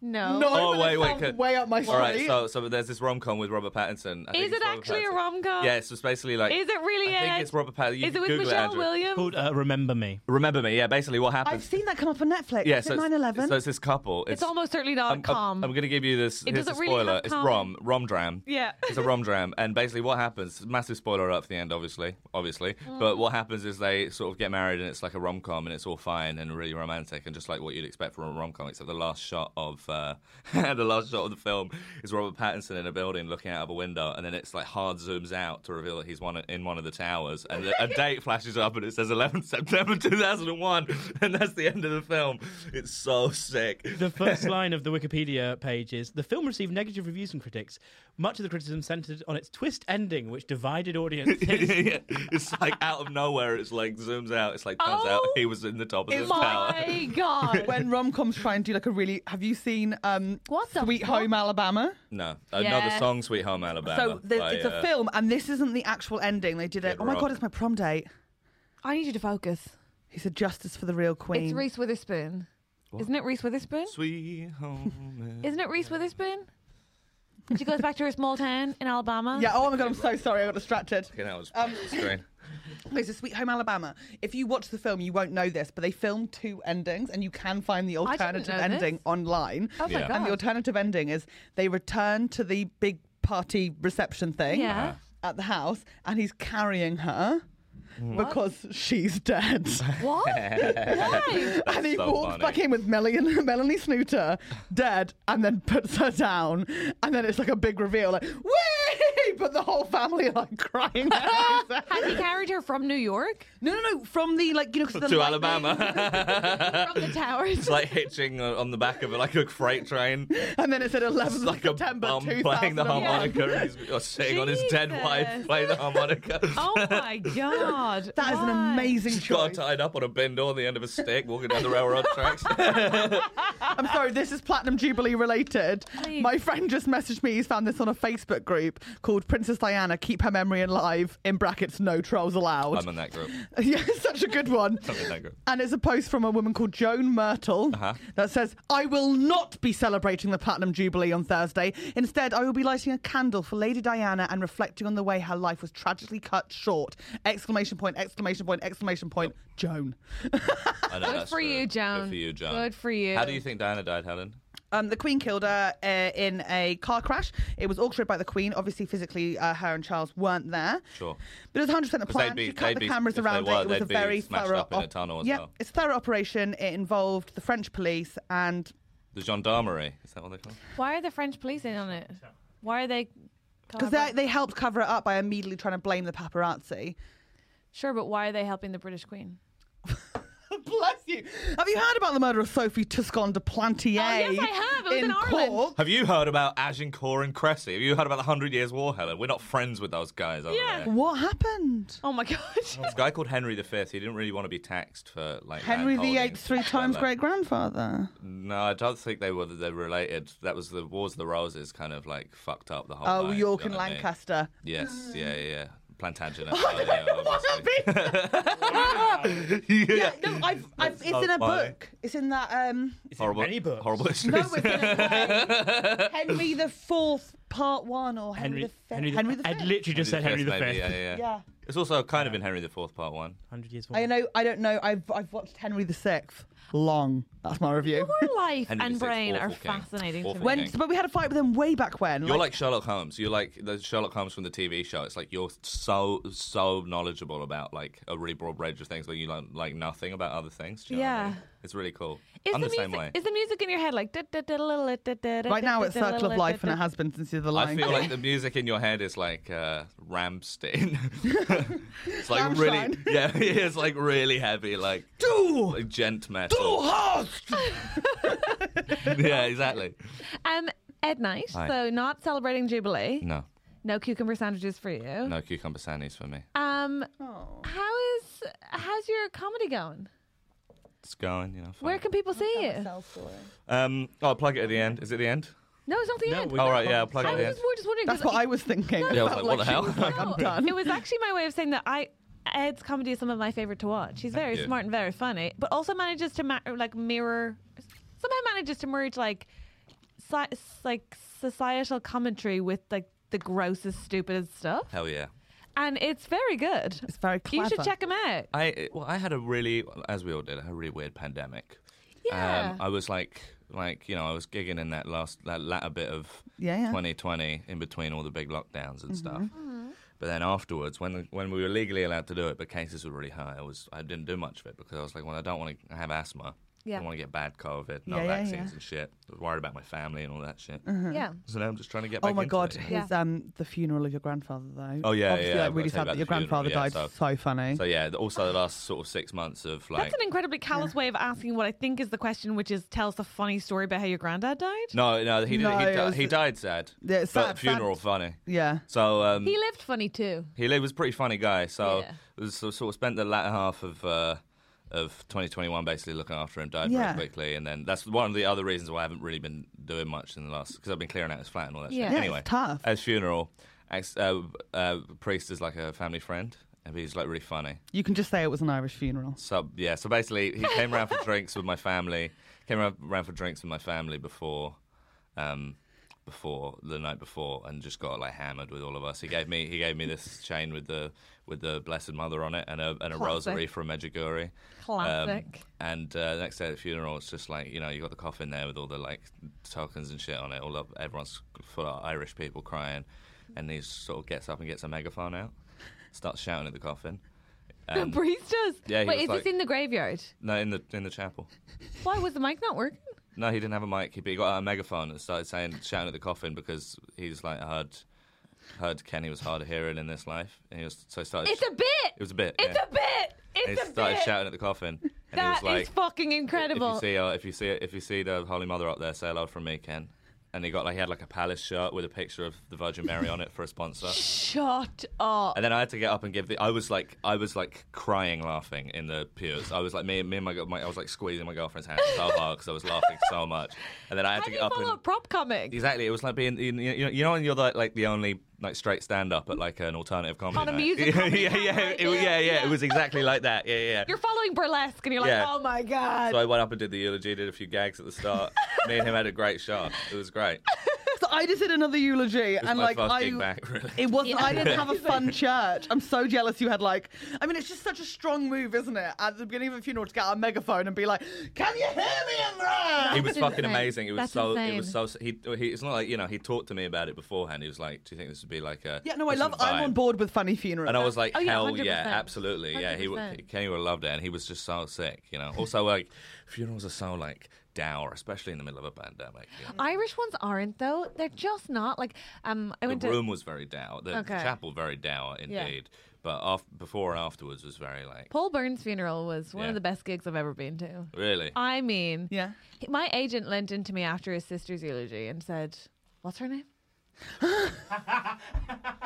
B: No.
A: No,
H: Oh,
A: but
H: wait,
A: that
H: wait,
A: sounds
H: could-
A: Way up my street.
H: All right, so, so there's this rom com with Robert Pattinson. I think
B: Is
H: it's
B: it
H: Robert
B: actually a
H: Pattinson.
B: rom-com?
H: Yeah, so it's basically like.
B: Is it really
H: I
B: it?
H: think it's Robert Pattinson. You
B: Is
H: can
B: it with
H: Google
B: Michelle
H: Andrew.
B: Williams?
C: Called uh, Remember Me.
H: Remember me, yeah, basically what happens.
A: I've seen that come up on Netflix.
H: yeah,
A: Is
H: so
A: it
H: it's-
A: 9/11?
H: So it's this couple.
B: It's almost certainly not
H: I'm,
B: calm.
H: I'm, going to give you this.
B: It
H: here's a
B: doesn't really
H: spoiler.
B: have
H: it's
B: calm.
H: rom, rom dram.
B: Yeah.
H: It's a rom dram, and basically what happens? Massive spoiler up at the end, obviously, obviously.
B: Mm.
H: But what happens is they sort of get married, and it's like a rom com, and it's all fine and really romantic, and just like what you'd expect from a rom com. Except the last shot of uh, the last shot of the film is Robert Pattinson in a building looking out of a window, and then it's like hard zooms out to reveal that he's one in one of the towers, and the- a date flashes up, and it says 11 September 2001, and that's the end of the film. It's so sick.
C: The first line of the Wikipedia page is The film received negative reviews from critics. Much of the criticism centered on its twist ending, which divided audiences.
H: Yeah, it's like out of nowhere. It's like zooms out. It's like turns out
B: Oh
H: he was in the top of this tower.
B: My god.
A: when rom coms try and do like a really. Have you seen um,
B: What the
A: Sweet
B: fuck?
A: Home Alabama?
H: No, another
B: Yeah.
H: song, "Sweet Home Alabama."
A: So the,
H: by,
A: it's a
H: uh,
A: film, and this isn't the actual ending. They did it.
H: Kid
A: Oh my
H: Rock.
A: god, it's my prom date.
B: I need you to focus.
A: He said justice for the real queen.
B: It's Reese Witherspoon. is Isn't it Reese Witherspoon?
H: "Sweet Home."
B: Isn't it Reese Witherspoon? And she goes back to her small town in Alabama.
A: yeah. Oh my god, I'm so sorry. I got distracted.
H: Fucking hell, it's
B: Um,
H: on the screen.
A: It's a Sweet Home Alabama. If you watch the film, you won't know this, but they filmed two endings, and you can find the
B: didn't
A: alternative
B: know this.
A: ending online.
B: Oh my
H: Yeah.
B: god.
A: And the alternative ending is they return to the big party reception thing
B: yeah.
A: at the house, and he's carrying her
H: Hmm.
A: because she's dead.
B: What? Why?
A: and he
H: so
A: walks
H: funny.
A: back in with Melanie, Melanie Snooter dead, and then puts her down, and then it's like a big reveal, like whee! but the whole family are like crying. their eyes out.
B: Had he carried her from New York?
A: no, no, no. From the like, you know, 'cause the
H: to
A: lightning-
H: Alabama.
B: From the towers?
H: it's like hitching uh, on the back of like a freight train.
A: And then it said 11th
H: It's
A: of
H: like a
A: September
H: bum
A: 2001.
H: playing the harmonica and he's, or sitting on his dead
B: Jesus.
H: wife playing the harmonica.
B: oh my God.
A: That is an
B: Why?
A: amazing
H: She's got
A: choice.
H: tied up on a bend on the end of a stick, walking down the railroad tracks.
A: I'm sorry, this is Platinum Jubilee related.
B: Please.
A: My friend just messaged me. He's found this on a Facebook group called Princess Diana Keep Her Memory Alive, in brackets, no trolls allowed.
H: I'm in that group.
A: yeah, it's such a good one.
H: I'm in that Uh-huh. group.
A: And it's a post from a woman called Joan Myrtle that says, I will not be celebrating the Platinum Jubilee on Thursday. Instead, I will be lighting a candle for Lady Diana and reflecting on the way her life was tragically cut short. Exclamation point, exclamation point, exclamation point, Joan.
H: I know
B: Good
H: that's
B: for
H: true.
B: you,
H: Good
B: Joan.
H: for you, Joan.
B: Good for you.
H: How do you think Diana died, Helen?
A: Um, the Queen killed her uh, in a car crash. It was orchestrated by the Queen. Obviously, physically, uh, her and Charles weren't there.
H: Sure.
A: But it was 100% a
H: 'Cause
A: plan.
H: they'd be-
A: she cut
H: they'd
A: the
H: be-
A: cameras
H: if they
A: around
H: were,
A: it. It was a
H: they'd be
A: very
H: smashed
A: thorough...
H: up in a tunnel as
A: yeah,
H: well.
A: it's a thorough operation. It involved the French police and...
B: Oh,
H: The gendarmerie. Is that what they call it?
B: Why are the French police in on it? Why are they.
A: Because they, they helped cover it up by immediately trying to blame the paparazzi.
B: Sure, but why are they helping the British Queen?
A: Bless you. Have you heard about the murder of Sophie Tuscon de Plantier?
B: Oh, yes, I have. It was in Ireland.
A: Cork?
H: Have you heard about Agincourt and Cressy? Have you heard about the Hundred Years War, Helen? We're not friends with those guys over
B: Yeah.
H: there.
A: What happened?
B: Oh my God.
H: This guy called Henry V. He didn't really want to be taxed for like
A: Henry
H: land
A: VIII,
H: holdings.
A: three times
H: Like,
A: great grandfather.
H: No, I don't think they were. They were related. That was the Wars of the Roses kind of like fucked up the whole.
A: Oh,
H: line,
A: York
H: you
A: and
H: know what I mean?
A: Lancaster. Mm.
H: Yes, yeah, yeah. yeah. Plantagenet. oh, yeah, obviously.
A: yeah, no, I've, I've, it's in a
H: funny.
A: book. It's in that. Um,
H: horrible,
C: Many books.
H: horrible
A: no,
H: histories.
A: it's in a play. Henry the Fourth, Part One, or Henry, the Fifth.
C: Henry,
A: Henry
C: the,
A: the
C: I
A: Fifth.
C: literally just said Henry the
H: maybe,
C: Fifth.
H: Yeah, yeah, yeah.
A: Yeah,
H: It's also kind of in Henry the Fourth, Part One.
C: Hundred years.
A: I
C: War.
A: know. I don't know. I've I've watched Henry the Sixth. Long. That's my review.
B: Your life
H: Henry
B: and
H: VI,
B: brain are
H: awful king.
B: fascinating to
H: Awful
B: me.
H: king.
A: When, but we had a fight with them way back when.
H: You're like Sherlock Holmes. You're like the Sherlock Holmes from the TV show. It's like you're so so knowledgeable about like a really broad range of things, but you like like nothing about other things. Do you know what I
B: Yeah.
H: mean? it's really cool.
B: Is
H: I'm the,
B: music,
H: same way.
B: Is the music in your head like.
A: Right
B: Right
A: now it's Circle of Life and it has been since you're the
H: I
A: Lion
H: feel
A: King.
H: like the music in your head is like uh, Ramstein. it's like really,
A: Rammstein.
H: yeah, it's like really heavy, like
A: Do!
H: like gent
A: Do
H: metal.
A: host!
H: yeah, exactly.
B: Um, Ed Knight,
H: Hi.
B: so not celebrating Jubilee.
H: No,
B: No cucumber sandwiches for you.
H: no cucumber sandies for me.
B: Um,
A: Oh.
B: how is how's your comedy going?
H: It's going, you know. fine.
B: Where can people see you?
H: um, oh, I'll plug it at the end. Is it the end?
B: No, it's not the
C: No,
B: end.
C: we-
H: All right, yeah, I'll plug it
B: I
H: at
B: was
H: the end.
B: just, we're just wondering.
A: That's
B: 'cause
A: what I was thinking.
H: Yeah, I was like, what the hell?
A: I'm
B: No,
A: done.
B: It was actually my way of saying that I Ed's comedy is some of my favorite to watch. He's very
H: you.
B: smart and very funny, but also manages to ma- like mirror somehow manages to merge like sci- like societal commentary with like the grossest, stupidest stuff,
H: Hell yeah.
B: and it's very good.
A: It's very
B: You should
A: clever.
B: check him out.
H: I eh, well, I had a really, as we all did, I had a really weird pandemic.
B: Yeah.
H: Um, I was like, like you know, I was gigging in that last that latter bit of
A: Yeah, Mm-hmm. yeah.
H: 2020 in between all the big lockdowns and stuff. But then afterwards, when the, when we were legally allowed to do it, but cases were really high, I was I didn't do much of it because I was like, well, I don't want to have asthma.
B: Yeah.
H: I want to get bad COVID, no
A: Yeah, yeah,
H: vaccines
A: yeah. Mm-hmm.
H: and shit. I was worried about my family and all that shit.
B: yeah.
H: So now I'm just trying to get back.
A: Oh my
H: into
A: god,
H: it, you know?
B: Yeah.
A: his um the funeral of your grandfather though.
H: Oh, yeah,
A: Obviously,
H: yeah,
A: like,
H: I've
A: really
H: got to say
A: sad
H: about
A: that your
H: the funeral,
A: grandfather
H: yeah,
A: died.
H: so-
A: So funny.
H: So yeah, the- also the last sort of six months of like
B: That's an incredibly callous way of asking what I think is the question, which is tell us a funny story about how your granddad died.
H: No, no, he
A: No,
H: didn't. He,
A: it
H: di-
A: was-
H: he died sad.
A: Yeah, it's sad-
H: but funeral funny.
A: yeah.
H: So um,
B: He
H: he,
B: lived funny too.
H: li- was a pretty funny guy. So
B: Yeah.
H: was so- sort of spent the latter half of. Uh, of 2021, basically looking after him, died
A: Yeah.
H: very quickly, and then that's one of the other reasons why I haven't really been doing much in the last because I've been clearing out his flat and all that.
B: Yeah.
H: shit.
B: Yeah,
H: anyway,
A: it's tough.
H: At his funeral, ex, uh, uh, priest is like a family friend, and he's like really funny.
A: You can just say it was an Irish funeral.
H: So yeah, so basically he came around for drinks with my family. Came around, around for drinks with my family before, um, before the night before, and just got like hammered with all of us. He gave me he gave me this chain with the with the Blessed Mother on it and a and a
B: Classic.
H: rosary from Medjugorje. Um,
B: Classic.
H: and uh, the next day at the funeral, it's just like you know you got the coffin there with all the like tokens and shit on it. All up, everyone's full of Irish people crying, and he sort of gets up and gets a megaphone out, starts shouting at the coffin.
B: The priest does.
H: Um, Yeah, he
B: Wait,
H: was
B: is
H: like-
B: this in the graveyard?
H: No, in the in the chapel.
B: Why was the mic not working?
H: No, he didn't have a mic. He, but he got out a megaphone and started saying, shouting at the coffin because he's like heard heard Kenny was hard of hearing in this life, and he was so he started.
B: It's a bit.
H: It was a bit.
B: It's
H: yeah.
B: a bit.
H: And
B: It's
H: he
B: a
H: started
B: bit.
H: shouting at the coffin, and he
B: That
H: was
B: is
H: like,
B: fucking incredible.
H: If you see, uh, if you see, if you see the Holy Mother up there, say hello from me, Ken. And he got like he had like a palace shirt with a picture of the Virgin Mary on it for a sponsor.
B: Shut up.
H: And then I had to get up and give the. I was like, I was like crying, laughing in the pews. I was like, me, me and my, girl- my I was like squeezing my girlfriend's hand so hard because I was laughing so much. And then I had
B: How
H: to
B: do
H: get
B: you
H: up
B: follow
H: and
B: up prop comics
H: Exactly. It was like being, you know, you know- you know when you're like, like the only like straight stand up at like an alternative comedy
B: On a
H: night.
B: music comedy
H: yeah,
B: night,
H: yeah,
B: right?
H: it, was- yeah,
B: Yeah,
H: yeah,
B: yeah.
H: It was exactly like that. Yeah, yeah. yeah.
B: You're following burlesque, and you're like,
H: Yeah.
B: oh my god.
H: So I went up and did the eulogy, did a few gags at the start. me and him had a great shot. It was great.
A: So I just did another eulogy,
H: It was
A: and
H: my
A: like
H: first
A: I,
H: gig back, really.
A: it wasn't. I didn't have a fun church. I'm so jealous. You had like, I mean, it's just such a strong move, isn't it? At the beginning of a funeral, to get out a megaphone and be like, "Can you hear me,
H: he
A: Imran?"
H: was
B: That's
H: fucking
B: insane.
H: amazing. It was
B: That's
H: so. It
B: insane.
H: was so. He, he. It's not like you know. He talked to me about it beforehand. He was like, "Do you think this would be like a?"
A: Yeah, no, I
H: this
A: love.
H: would
A: I'm
H: vibe?"
A: on board with funny funerals.
H: And I was like,
B: Oh, yeah,
H: hell yeah,
B: 100%.
H: absolutely. Yeah, he, w-
B: 100%.
H: Kenny would have loved it. And he was just so sick, you know. Also, like, funerals are so, like, dour, especially in the middle of a pandemic. you know.
B: Irish ones aren't though. They're just not like. Um, I went
H: the
B: to.
H: room was very dour. The
B: Okay.
H: chapel very dour indeed.
B: Yeah.
H: But af- before and afterwards was very like
B: Paul Burns' funeral was one
H: Yeah.
B: of the best gigs I've ever been to.
H: really.
B: I mean,
A: Yeah.
B: he- My agent leant into me after his sister's eulogy and said, "What's her name?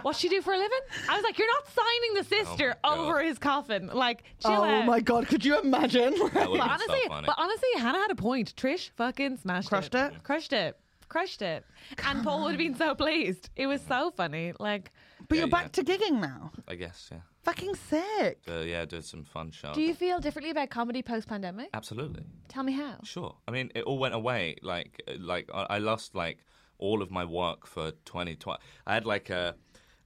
B: What's she do for a living?" I was like, "You're not signing the sister
H: God.
B: over his coffin. Like, chill
A: "Oh
B: out."
A: my god, could you imagine?"
H: That
B: But
H: would have been
B: honestly,
H: so funny.
B: but honestly, Hannah had a point. Trish fucking smashed
A: Crushed
B: it.
A: it?
B: Crushed it. Crushed it. and Paul would have been so pleased. It was so funny. Like,
A: But you're
H: Yeah,
A: back to gigging now.
H: I guess, yeah.
A: Fucking sick.
H: Uh, yeah, did some fun shows.
B: do you feel differently about comedy post pandemic?
H: Absolutely.
B: Tell me how.
H: Sure. I mean, it all went away. Like, like I I lost like all of my work for 2020. I had like a,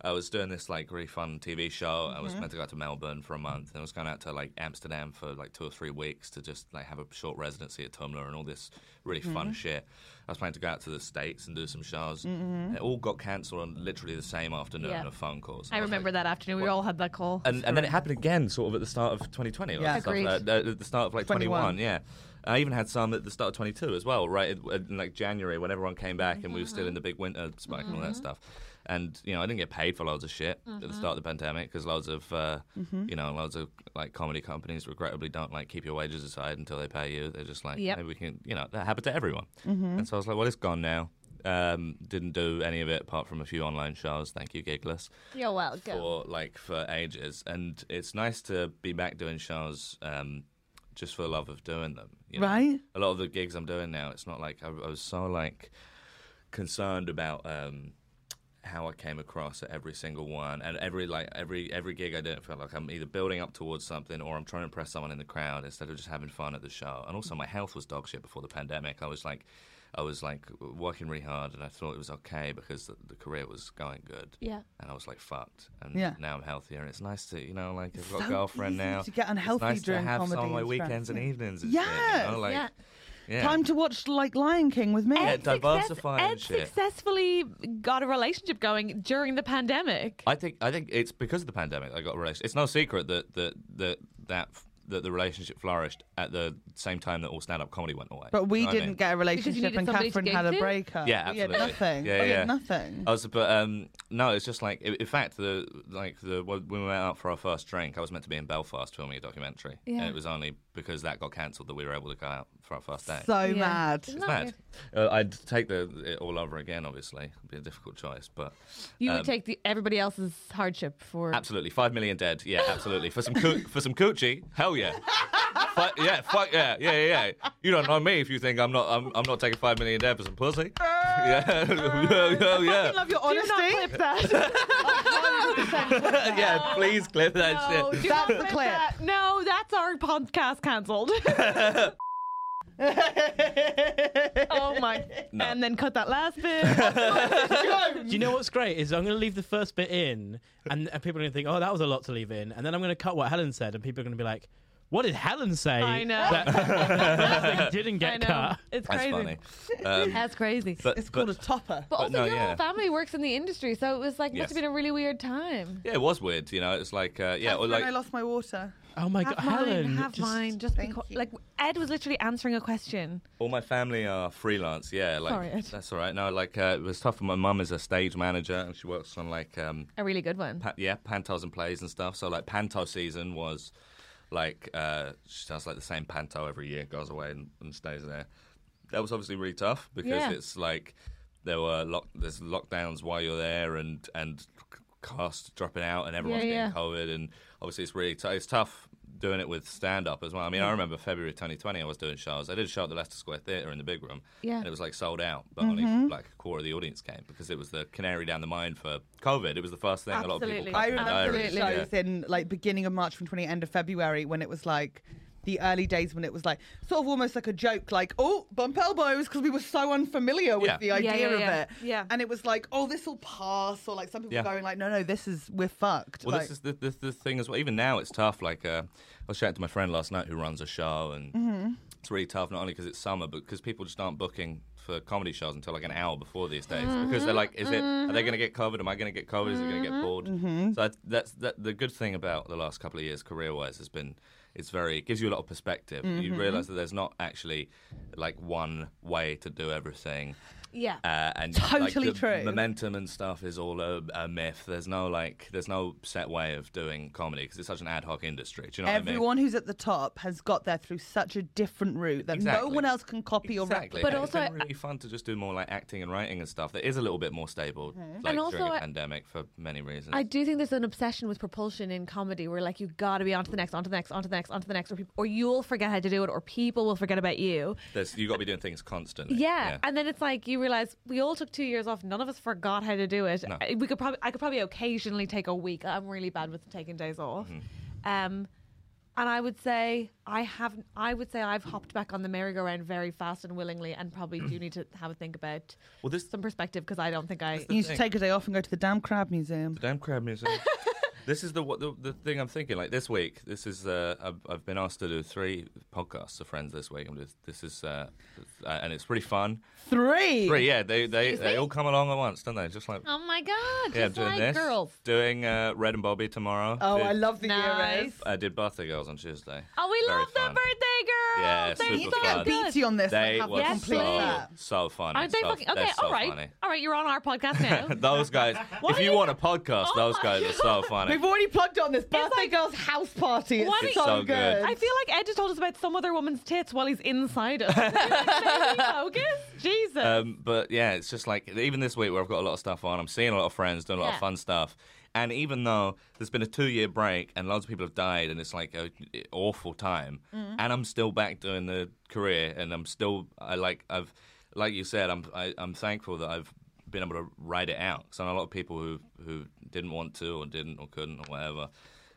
H: I was doing this like really fun TV show. I
B: Mm-hmm.
H: was meant to go out to Melbourne for a month, and I was going out to like Amsterdam for like two or three weeks to just like have a short residency at Tumblr and all this really
B: Mm-hmm.
H: fun shit. I was planning to go out to the states and do some shows. And it all got cancelled on literally the same afternoon
B: Mm-hmm. Yeah.
H: of phone calls.
B: I
H: was
B: remember
H: like-
B: that afternoon. We all had that call.
H: and, and then it happened again, sort of at the start of 2020.
A: Yeah.
H: Yeah, stuff,
B: Agreed.
H: like that, uh, at the start of like 21.
A: 21,
H: Yeah, I even had some at the start of 22 as well. Right, in- in like January when everyone came back and we were
B: Mm-hmm.
H: still in the big winter spike and all that stuff. And you know, I didn't get paid for loads of shit at
B: Mm-hmm.
H: the start of the pandemic because loads of uh, you know, loads of like comedy companies regrettably don't like keep your wages aside until they pay you. They're just like,
B: Yep. Mm-hmm.
H: maybe we can, you know, that happened to everyone. And so I was like, well, it's gone now. Um, didn't do any of it apart from a few online shows. Thank you, Gigless
B: You're welcome.
H: for like for ages, and it's nice to be back doing shows um, just for the love of doing them. you know?
A: Right.
H: A lot of the gigs I'm doing now, it's not like I, I was so like concerned about um, how I came across at every single one, and every like every every gig I did, it felt like I'm either building up towards something or I'm trying to impress someone in the crowd instead of just having fun at the show. And also, my health was dog shit before the pandemic. I was like. I was like working really hard, and I thought it was okay because the, the career was going good
B: Yeah.
H: and I was like fucked, and
A: Yeah.
H: now I'm healthier, and it's nice to you know like I've got
A: so
H: a girlfriend
A: easy
H: now.
A: to get unhealthy
H: it's nice
A: during
H: to have
A: comedy
H: some of my
A: and
H: weekends
A: stuff.
H: and evenings. And shit,
A: Yes.
H: you know? like,
B: Yeah.
H: yeah.
A: Time to watch like Lion King with me.
H: Yeah,
B: Ed, success-
H: diversify and
B: Ed
H: shit.
B: successfully got a relationship going during the pandemic.
H: I think I think it's because of the pandemic I got a relationship. It's no secret that that that that that the relationship flourished at the same time that all stand-up comedy went away.
A: But we
H: You know what I
A: didn't
H: mean?
A: get a relationship,
B: needed
A: and
B: somebody to
A: Catherine
B: gig
A: had a
B: to?
A: breakup.
H: Yeah,
A: we had
H: absolutely.
A: nothing.
H: Yeah,
A: we
H: yeah.
A: had nothing.
H: I was, but um, no, it's just like i- in fact, the like the when we went out for our first drink, I was meant to be in Belfast filming a documentary,
B: Yeah.
H: and it was only because that got cancelled that we were able to go out for our first date.
A: So
B: Yeah.
A: mad.
B: Isn't
H: It's
B: that
H: mad.
B: weird?
H: Uh, I'd take the it all over again. Obviously, it'd be a difficult choice, but
B: You would
H: um,
B: take the, everybody else's hardship for.
H: absolutely five million dead. Yeah, absolutely for some coo- for some coochie. Hell yeah. Fuck yeah, fuck yeah, yeah, yeah, yeah. You don't know me if you think I'm not I'm, I'm not taking five million dead for some pussy. yeah, yeah, yeah,
A: I
H: yeah.
A: love your honesty.
B: Do not clip that.
H: yeah. Please clip that
B: No,
H: shit.
B: do not
A: That's the
B: clip
A: clip.
B: that. No, that's our podcast cancelled. oh my!
H: No.
B: And then cut that last bit.
F: Do you know what's great is I'm going to leave the first bit in, and, and people are going to think, "Oh, that was a lot to leave in," and then I'm going to cut what Helen said, and people are going to be like,
C: What did Helen say?
B: I know.
C: That, that thing didn't
B: I
C: get
B: know.
C: cut.
B: It's
H: That's
B: crazy.
H: funny. Um,
B: That's crazy. But,
H: but,
A: It's
H: but-
A: called a topper.
H: but
B: also,
H: no,
B: your
H: yeah.
B: whole family works in the industry, so it was like
H: Yes.
B: must have been a really weird time.
H: yeah, it was weird. You know, it's like uh, yeah,
A: That's
H: or
A: when
H: like
A: I lost my water.
C: Oh my
B: Have
C: god,
B: mine,
C: Helen!
B: have
C: just-
B: mine. Just be
A: Thank
B: qui-
A: you.
B: like Ed was literally answering a question.
H: All my family are freelance. Yeah, like
B: Sorry, Ed.
H: that's all right. No, like uh, it was tough. My mum is a stage manager, and she works on like um,
B: A really good one.
H: pa- yeah, pantos and plays and stuff. So like panto season was like uh, she does like the same panto every year, goes away and, and stays there. That was obviously really tough because
B: Yeah.
H: it's like there were lock there's lockdowns while you're there and and cast dropping out and everyone's
B: yeah.
H: getting COVID and obviously it's really t- it's tough doing it with stand up as well. I mean, I remember February 2020 I was doing shows. I did a show at the Leicester Square Theatre in the big room
B: Yeah. Mm-hmm.
H: and it was like sold out, but only like a quarter of the audience came because it was the canary down the mine for COVID. It was the first thing a lot of
B: Absolutely.
H: people
B: I
A: I
H: cut their
A: remember
H: diaries,
A: the
H: yeah.
A: shows in like beginning of March from 20 end of February when it was like the early days when it was like sort of almost like a joke, like oh bump elbows because we were so unfamiliar with
H: Yeah.
A: the idea
B: yeah,
A: of
B: yeah.
A: it.
B: Yeah.
A: and it was like oh this will pass or like some people
H: Yeah.
A: going like no no this is we're fucked.
H: Well,
A: like,
H: this is the, the, the thing as well. Even now, it's tough. Like, uh, I was chatting to my friend last night who runs a show, and
A: Mm-hmm.
H: it's really tough, not only because it's summer, but because people just aren't booking for comedy shows until like an hour before these days.
A: Mm-hmm.
H: Because they're like, is it, are they going to get COVID? Am I going to get COVID? Is it going to get bored?
A: Mm-hmm.
H: So I, that's that, the good thing about the last couple of years, career wise, has been. It's very. It gives you a lot of perspective.
A: Mm-hmm.
H: You realise that there's not actually like one way to do everything
B: Yeah.
H: uh, and
A: Totally
H: like, the
A: true.
H: Momentum and stuff is all a, a myth. There's no like, there's no set way of doing comedy because it's such an ad hoc industry. Do you know what I mean?
A: Everyone who's at the top has got there through such a different route that
H: Exactly.
A: no one else can copy or replicate.
H: Exactly.
B: But
H: and
B: also-
H: it's been really fun to just do more like acting and writing and stuff that is a little bit more stable, like
B: Mm-hmm. And also
H: during a
B: I-
H: pandemic for many reasons.
B: I do think there's an obsession with propulsion in comedy where like you gotta be on to the next, on to the next, on to the next, on to the next, or, peop or you'll forget how to do it, or people will forget about you.
H: There's, you got to be doing things constantly.
B: Yeah. And then it's like you realize we all took two years off. None of us forgot how to do it.
H: No.
B: I- We could probably I could probably occasionally take a week. I'm really bad with taking days off.
H: Mm-hmm.
B: Um and I would say I have I would say I've hopped back on the merry-go-round very fast and willingly and probably do need to have a think about
H: Well, this
B: some perspective because I don't think I
A: You used to take a day off and go to the damn crab museum.
H: Damn crab music. this is the, what the the thing I'm thinking. Like this week, this is uh, I've, I've been asked to do three podcasts of friends this week. I'm just, this is uh, uh, and it's pretty fun.
A: Three.
H: Three, yeah. They they,
B: Excuse me?
H: they all come along at once, don't they? Just like
B: Oh my god,
H: yeah,
B: just
H: doing
B: like
H: this,
B: girls.
H: doing uh, Red and Bobby tomorrow.
A: Oh,
H: Did-
A: I love the
B: Nice.
A: nice.
H: I did birthday girls on Tuesday.
B: Oh, we
H: Very
B: love
H: fun.
B: the birthday girls.
H: Yeah,
B: They're
H: super
B: so
H: fun.
B: good.
A: Beatty on this.
H: They
A: have
H: were
A: the
B: Yes,
A: complete
H: so
B: please.
A: set.
H: so funny.
B: Aren't they
H: so,
B: fucking okay?
H: they're so
B: all right,
H: funny.
B: all right. You're on our podcast now.
H: those guys.
B: What
H: if
B: are
H: you
B: you-
H: want a podcast,
B: Oh
H: those
B: my
H: guys are so funny.
A: We've already plugged on this birthday
B: like-
A: girl's house party. It's
B: Why don't
A: so,
B: you-
H: So
A: good.
H: good.
B: I feel like Ed just told us about some other woman's tits while he's inside us. Can you, like, stay focus, Jesus.
H: Um, but yeah, it's just like even this week where I've got a lot of stuff on, I'm seeing a lot of friends, doing a lot
B: Yeah.
H: of fun stuff. And even though there's been a two year break and loads of people have died and it's like a awful time,
B: Mm-hmm.
H: and I'm still back doing the career and I'm still I like I've like you said I'm I, I'm thankful that I've been able to ride it out. Because I know a lot of people who who didn't want to or didn't or couldn't or whatever.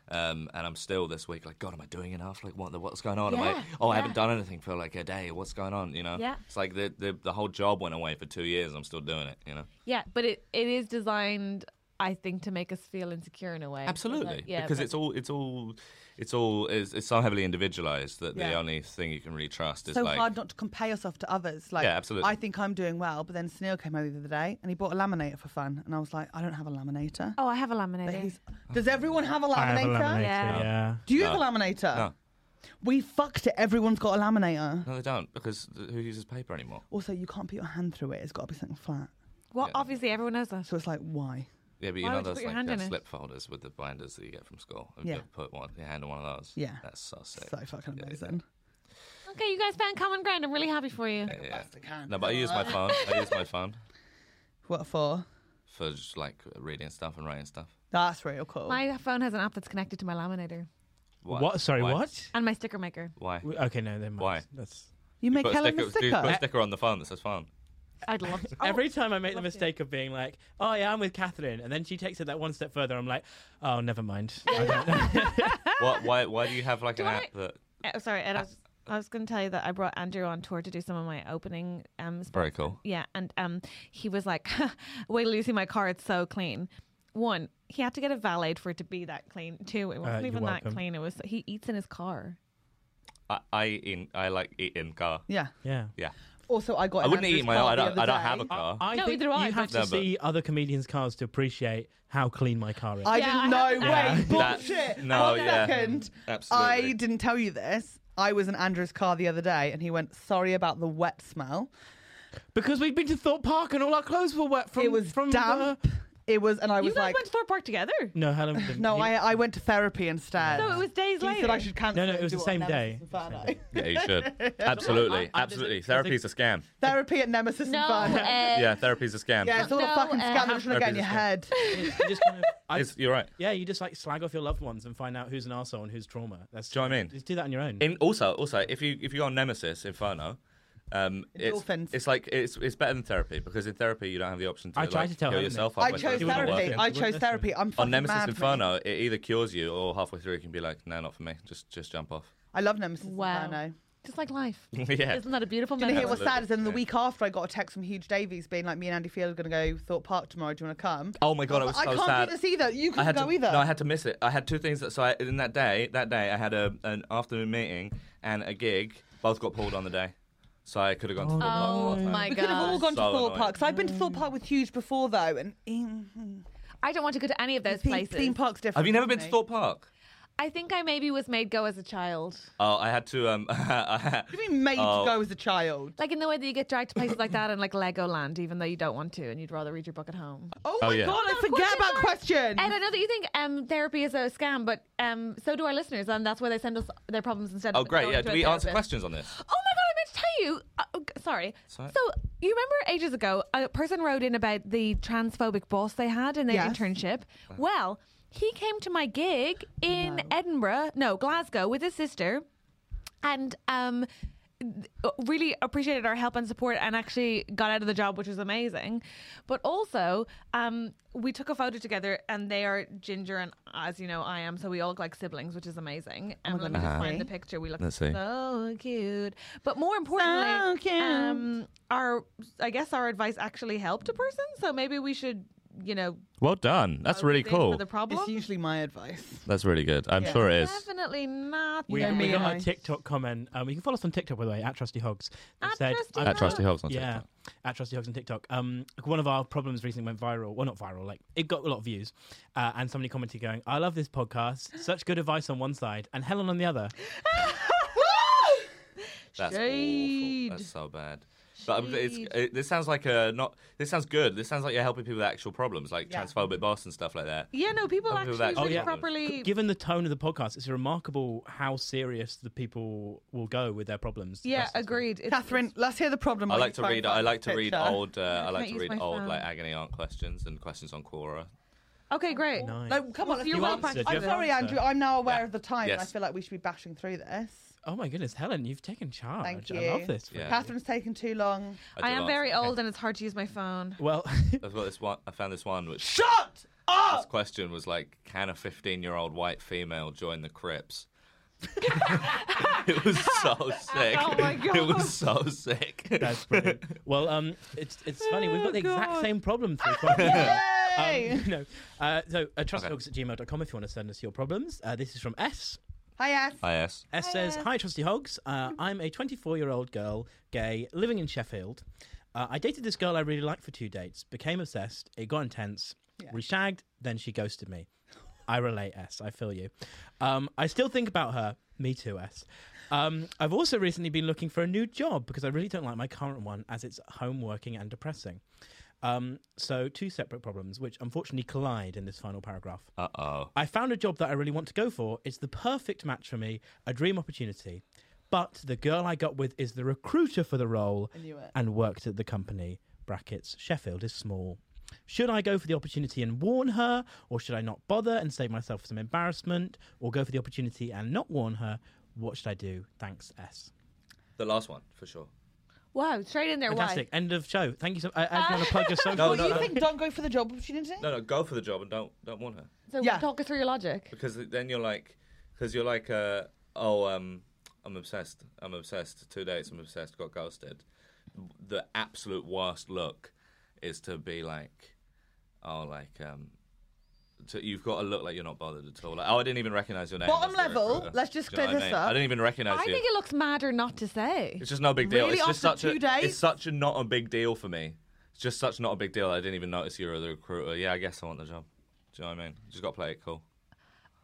H: Um, and I'm still this week like God, am I doing enough? Like what the, what's going on? Am I,
B: Yeah,
H: oh, I
B: yeah.
H: haven't done anything for like a day. What's going on? You know?
B: Yeah.
H: It's like the, the the whole job went away for two years. I'm still doing it. You know.
B: yeah, but it, it is designed, I think, to make us feel insecure in a way.
H: Absolutely.
B: But, yeah,
H: because
B: but-
H: it's all it's all it's all it's, it's so heavily individualized that the
A: Yeah.
H: only thing you can really trust is
A: so
H: like
A: hard not to compare yourself to others. Like,
H: Yeah, absolutely.
A: I think I'm doing well, but then Sneal came over the other day and he bought a laminator for fun, and I was like, I don't have a laminator.
B: Oh, I have a
A: But
B: laminator.
A: he's- Does everyone have a laminator?
C: I have a laminator.
B: Yeah.
C: Yeah.
A: Do you have a laminator?
H: No.
A: We fucked it. Everyone's got a laminator.
H: no, they don't because th- who uses paper anymore?
A: Also, you can't put your hand through it. It's got to be something flat.
B: Well,
H: Yeah.
B: obviously everyone knows that.
A: So it's like, why?
H: Yeah, but you
B: Why
H: know
B: would you
H: those
B: put your
H: like
B: hand
H: uh,
B: in it?
H: slip folders with the binders that you get from school. If
A: Yeah.
H: you put one, your hand in one of those.
A: Yeah.
H: that's so sick.
A: So fucking
H: Yeah, yeah.
A: amazing.
B: Okay, you guys found common ground. I'm really happy for you.
H: Yeah.
A: Plastic hand.
H: No, but I use my phone. I use my phone
A: What for?
H: for just like reading stuff and writing stuff.
A: That's real cool.
B: My phone has an app that's connected to my laminator
H: Why?
C: What? Sorry,
H: Why?
C: what?
B: and my sticker maker.
H: Why?
C: W- Okay, no, then
H: Why?
C: That's
A: you make
H: Put a
A: Helen a
H: sticker, do you put a
A: sticker.
H: sticker on the phone that says phone.
B: I'd love to.
C: Every time I make the
B: Oh, Love to.
C: mistake of being like, "Oh yeah, I'm with Catherine," and then she takes it that one step further, I'm like, "Oh, never mind." I don't-
H: What? Why? Why do you have like an
B: I-
H: app that?
B: Uh, sorry, Ed, I was, I was going to tell you that I brought Andrew on tour to do some of my opening um, spots.
H: Very cool.
B: Yeah, and um, he was like, "Wait till you see my car; it's so clean." One, he had to get a valet for it to be that clean. Two, it wasn't
C: Uh, you're
B: even that
C: welcome.
B: clean. It was he eats in his car.
H: I, I in I like eating car.
A: Yeah.
C: Yeah.
H: Yeah.
A: Also, I got.
H: I
A: an
H: wouldn't eat
A: Andrew's
H: my.
A: car the
H: I don't.
A: other
H: I don't
A: day.
H: have a car.
C: I
B: No,
C: think
B: either do I,
C: you have
B: but-
C: to
H: No, but-
C: see other comedians' cars to appreciate how clean my car is.
A: I
B: Yeah,
A: didn't
B: I
A: know.
B: have-
A: Wait,
H: That-
A: bullshit.
H: no,
A: One
H: yeah.
A: second.
H: Absolutely.
A: I didn't tell you this. I was in Andrew's car the other day, and he went, "Sorry about the wet smell.
C: because we'd been to Thorpe Park and all our clothes were wet from
A: it was
C: from
A: damp.
C: the-
A: It was." And I
B: You
A: was
B: guys
A: like,
B: went to Thorpe Park together.
C: No, Helen. didn't.
A: "No,
C: He-
A: I I went to therapy instead."
B: So it was days
A: He
B: later.
A: said I should
C: No,
A: cancel.
C: no,
A: and
C: it was
A: do
C: the
A: it
C: same
A: on
C: day.
A: Nemesis Inferno.
H: Yeah, you should. Absolutely,
C: I- I-
H: absolutely.
C: there's a-
H: Therapy's a scam.
A: therapy at Nemesis
B: No,
A: Inferno.
B: uh,
H: Yeah, therapy's a scam.
A: yeah, it's all a
B: No,
A: fucking
B: uh,
A: scam. I'm trying to get in your head.
C: You just kind of- I-
H: It's- you're right.
C: yeah, you just like slag off your loved ones and find out who's an arsehole and who's trauma. That's
H: Do you know what I mean?
C: Just do that on your own.
H: In also, also, if you if you're on Nemesis Inferno, um, it's,
A: Endorphins.
H: it's like it's it's better than therapy because in therapy you don't have the option to
C: I
H: like,
C: tried to tell
H: kill
C: Helen
H: yourself.
C: this.
A: I
H: halfway
A: chose
H: through. It doesn't
A: therapy.
H: work.
A: I
C: It wouldn't
A: chose therapy. I'm
H: on
A: fucking
H: Nemesis
A: mad, mate.
H: Inferno, it either cures you or halfway through it can be like, no, not for me. Just just jump off.
A: I love Nemesis
B: Wow.
A: Inferno.
B: Just like life.
H: yeah.
B: Isn't that a beautiful
A: Do you know
B: metaphor?
A: who it was sad? Is then the
H: Yeah.
A: week after I got a text from Huge Davies being like, "Me and Andy Field are going to go Thought Park tomorrow. Do you want to come?"
H: Oh my god, I was so
A: I can't
H: sad.
A: do this either. You
H: I
A: couldn't
H: had
A: go
H: to,
A: either.
H: No, I had to miss it. I had two things that so I, in that day, that day I had a an afternoon meeting and a gig. Both got pulled on the day, so I could have gone to.
B: Oh
H: Thorpe Park.
B: my
A: we could have all
B: god.
A: gone to
H: So
A: Thought
H: annoying.
A: Park. So I've been to Thought Park with Huge before though, and mm,
B: I don't want to go to any of those
A: theme,
B: places.
A: theme park's different.
H: Have you never been to
A: isn't it?
H: Thorpe Park?
B: I think I maybe was made go as a child.
H: Oh, I had to. Um, I
A: What do you mean made
H: Oh.
A: to go as a child?
B: Like in the way that you get dragged to places like that and like Legoland, even though you don't want to and you'd rather read your book at home.
A: Oh, my
H: yeah.
A: god,
B: No,
A: I forget
B: question
A: about
B: mark.
A: questions.
B: Ed, I know that you think um, therapy is a scam, but um, so do our listeners, and that's why they send us their problems instead
H: Oh
B: of
H: great,
B: going
H: yeah.
B: to
H: Do
B: a
H: we answer
B: therapist.
H: questions on this?
B: Oh my god, I meant to tell you. Uh, oh, g- sorry.
H: Sorry.
B: So you remember ages ago, a person wrote in about the transphobic boss they had in their
A: Yes.
B: internship. Well, he came to my gig in Edinburgh, no Glasgow, with his sister, and um. th- Really appreciated our help and support, and actually got out of the job, which was amazing. But also, um, we took a photo together, and they are ginger, and as you know, I am, so we all look like siblings, which is amazing.
H: Oh
B: And let me just find the picture. We look
H: Let's see.
B: so cute. But more importantly,
A: So cute.
B: Um, our I guess our advice actually helped a person. So maybe we should, you know,
H: Well done. That's really
B: dig for
H: cool.
B: The problem.
A: It's usually my advice.
H: That's really good. I'm
A: Yeah.
H: sure it is.
B: Definitely not.
C: We,
A: know
C: we
A: me
C: got
A: and
C: a
A: I.
C: TikTok comment. Um, you can follow us on TikTok, by the way, at Trusty Hogs. It
B: At
C: said-
B: Trusty
C: I'm-
H: At Trusty Hobbs on
C: yeah,
H: TikTok.
C: at Trusty Hogs on TikTok. Um, one of our problems recently went viral. Well, not viral. Like it got a lot of views, uh, and somebody commented going, "I love this podcast. Such good advice on one side, and Helen on the other."
H: That's
B: Shade.
H: awful. That's so bad. But um, it's, it, this sounds like a not. This sounds good. This sounds like you're helping people with actual problems, like transphobic boss and stuff like that.
B: Yeah, no, people
H: Some
B: actually
H: people that-
B: really
H: Oh, yeah.
B: properly.
C: Given the tone of the podcast, it's remarkable how serious the people will go with their problems.
B: yeah,
C: That's- that's-
B: agreed. It's-
A: Catherine, let's hear the problem.
H: I
A: while
H: like
A: you
H: to
A: try and
H: read.
A: find
H: I
A: this
H: like to read
A: picture.
H: old. Uh, I like
B: can't
H: to
B: use my
H: read old
B: phone.
H: like agony aunt questions and questions on Quora.
B: Okay, great.
C: Nice.
A: No, come
B: What's
A: on. Let's
B: your
A: do it.
B: answer? Do you
A: I'm
B: have an
A: sorry,
C: answer?
A: Andrew. I'm now aware
H: Yeah.
A: of the time, and I
H: Yes.
A: feel like we should be bashing through this.
C: Oh my goodness, Helen, you've taken charge.
A: Thank
C: I
A: you.
C: love this.
H: Yeah.
A: Catherine's taken too long.
B: I
H: do
B: am
H: answer.
B: very
H: Okay.
B: old and it's hard to use my phone.
C: Well,
H: I've got this one. I found this one which
A: Shut
H: this
A: up.
H: question was like, can a 15 year old white female join the Crips? it was so sick.
B: Oh my
H: It
B: God.
H: was so sick.
C: that's brilliant. well, um, it's it's funny. We've got the exact same problem through.
A: Yay.
C: Um, no. Uh, so, uh, trustdogs at gmail.com if you want to send us your problems. Uh, this is from S.
A: Hi, Ash.
H: I yes.
C: S says, Hi, Trusty Hogs. Uh, I'm a 24 year old girl, gay, living in Sheffield. Uh, I dated this girl I really liked for two dates, became obsessed, it got intense, we shagged, then she ghosted me. I relate, S. I feel you. Um, I still think about her. Me too, S. Um, I've also recently been looking for a new job because I really don't like my current one as it's home working and depressing. Um, so, two separate problems, which unfortunately collide in this final paragraph.
H: Uh oh.
C: I found a job that I really want to go for. It's the perfect match for me, a dream opportunity. But the girl I got with is the recruiter for the role and worked at the company. Brackets, Sheffield is small. Should I go for the opportunity and warn her, or should I not bother and save myself some embarrassment, or go for the opportunity and not warn her? What should I do? Thanks, S.
H: The last one, for sure.
B: Wow, straight in there.
C: Fantastic.
B: Why?
C: End of show. Thank you so much. I, want to plug your social.
H: No,
A: Well,
H: no,
A: you
H: no.
A: think don't go for the job opportunity?
H: No, no, go for the job and don't don't want her
B: So
A: Yeah.
B: talk us through your logic.
H: because then you're like, because you're like, uh, oh, um, I'm obsessed. I'm obsessed. Two dates. I'm obsessed. Got ghosted. The absolute worst look is to be like, oh, like, um, to, you've got to look like you're not bothered at all. Like, oh, I didn't even recognize your name.
A: Bottom
H: That's the
A: level,
H: recruiter.
A: let's just
H: Do you know
A: clear
H: what I
A: this
H: mean?
A: up.
H: I didn't even recognize
B: I
H: you.
B: think it looks madder not to say.
H: It's just no big deal.
A: Really,
H: it's just
A: after
H: such a
A: two days?
H: it's such a not a big deal for me. It's just such not a big deal. I didn't even notice you were the recruiter. Yeah, I guess I want the job. Do you know what I mean? Just got to play it cool.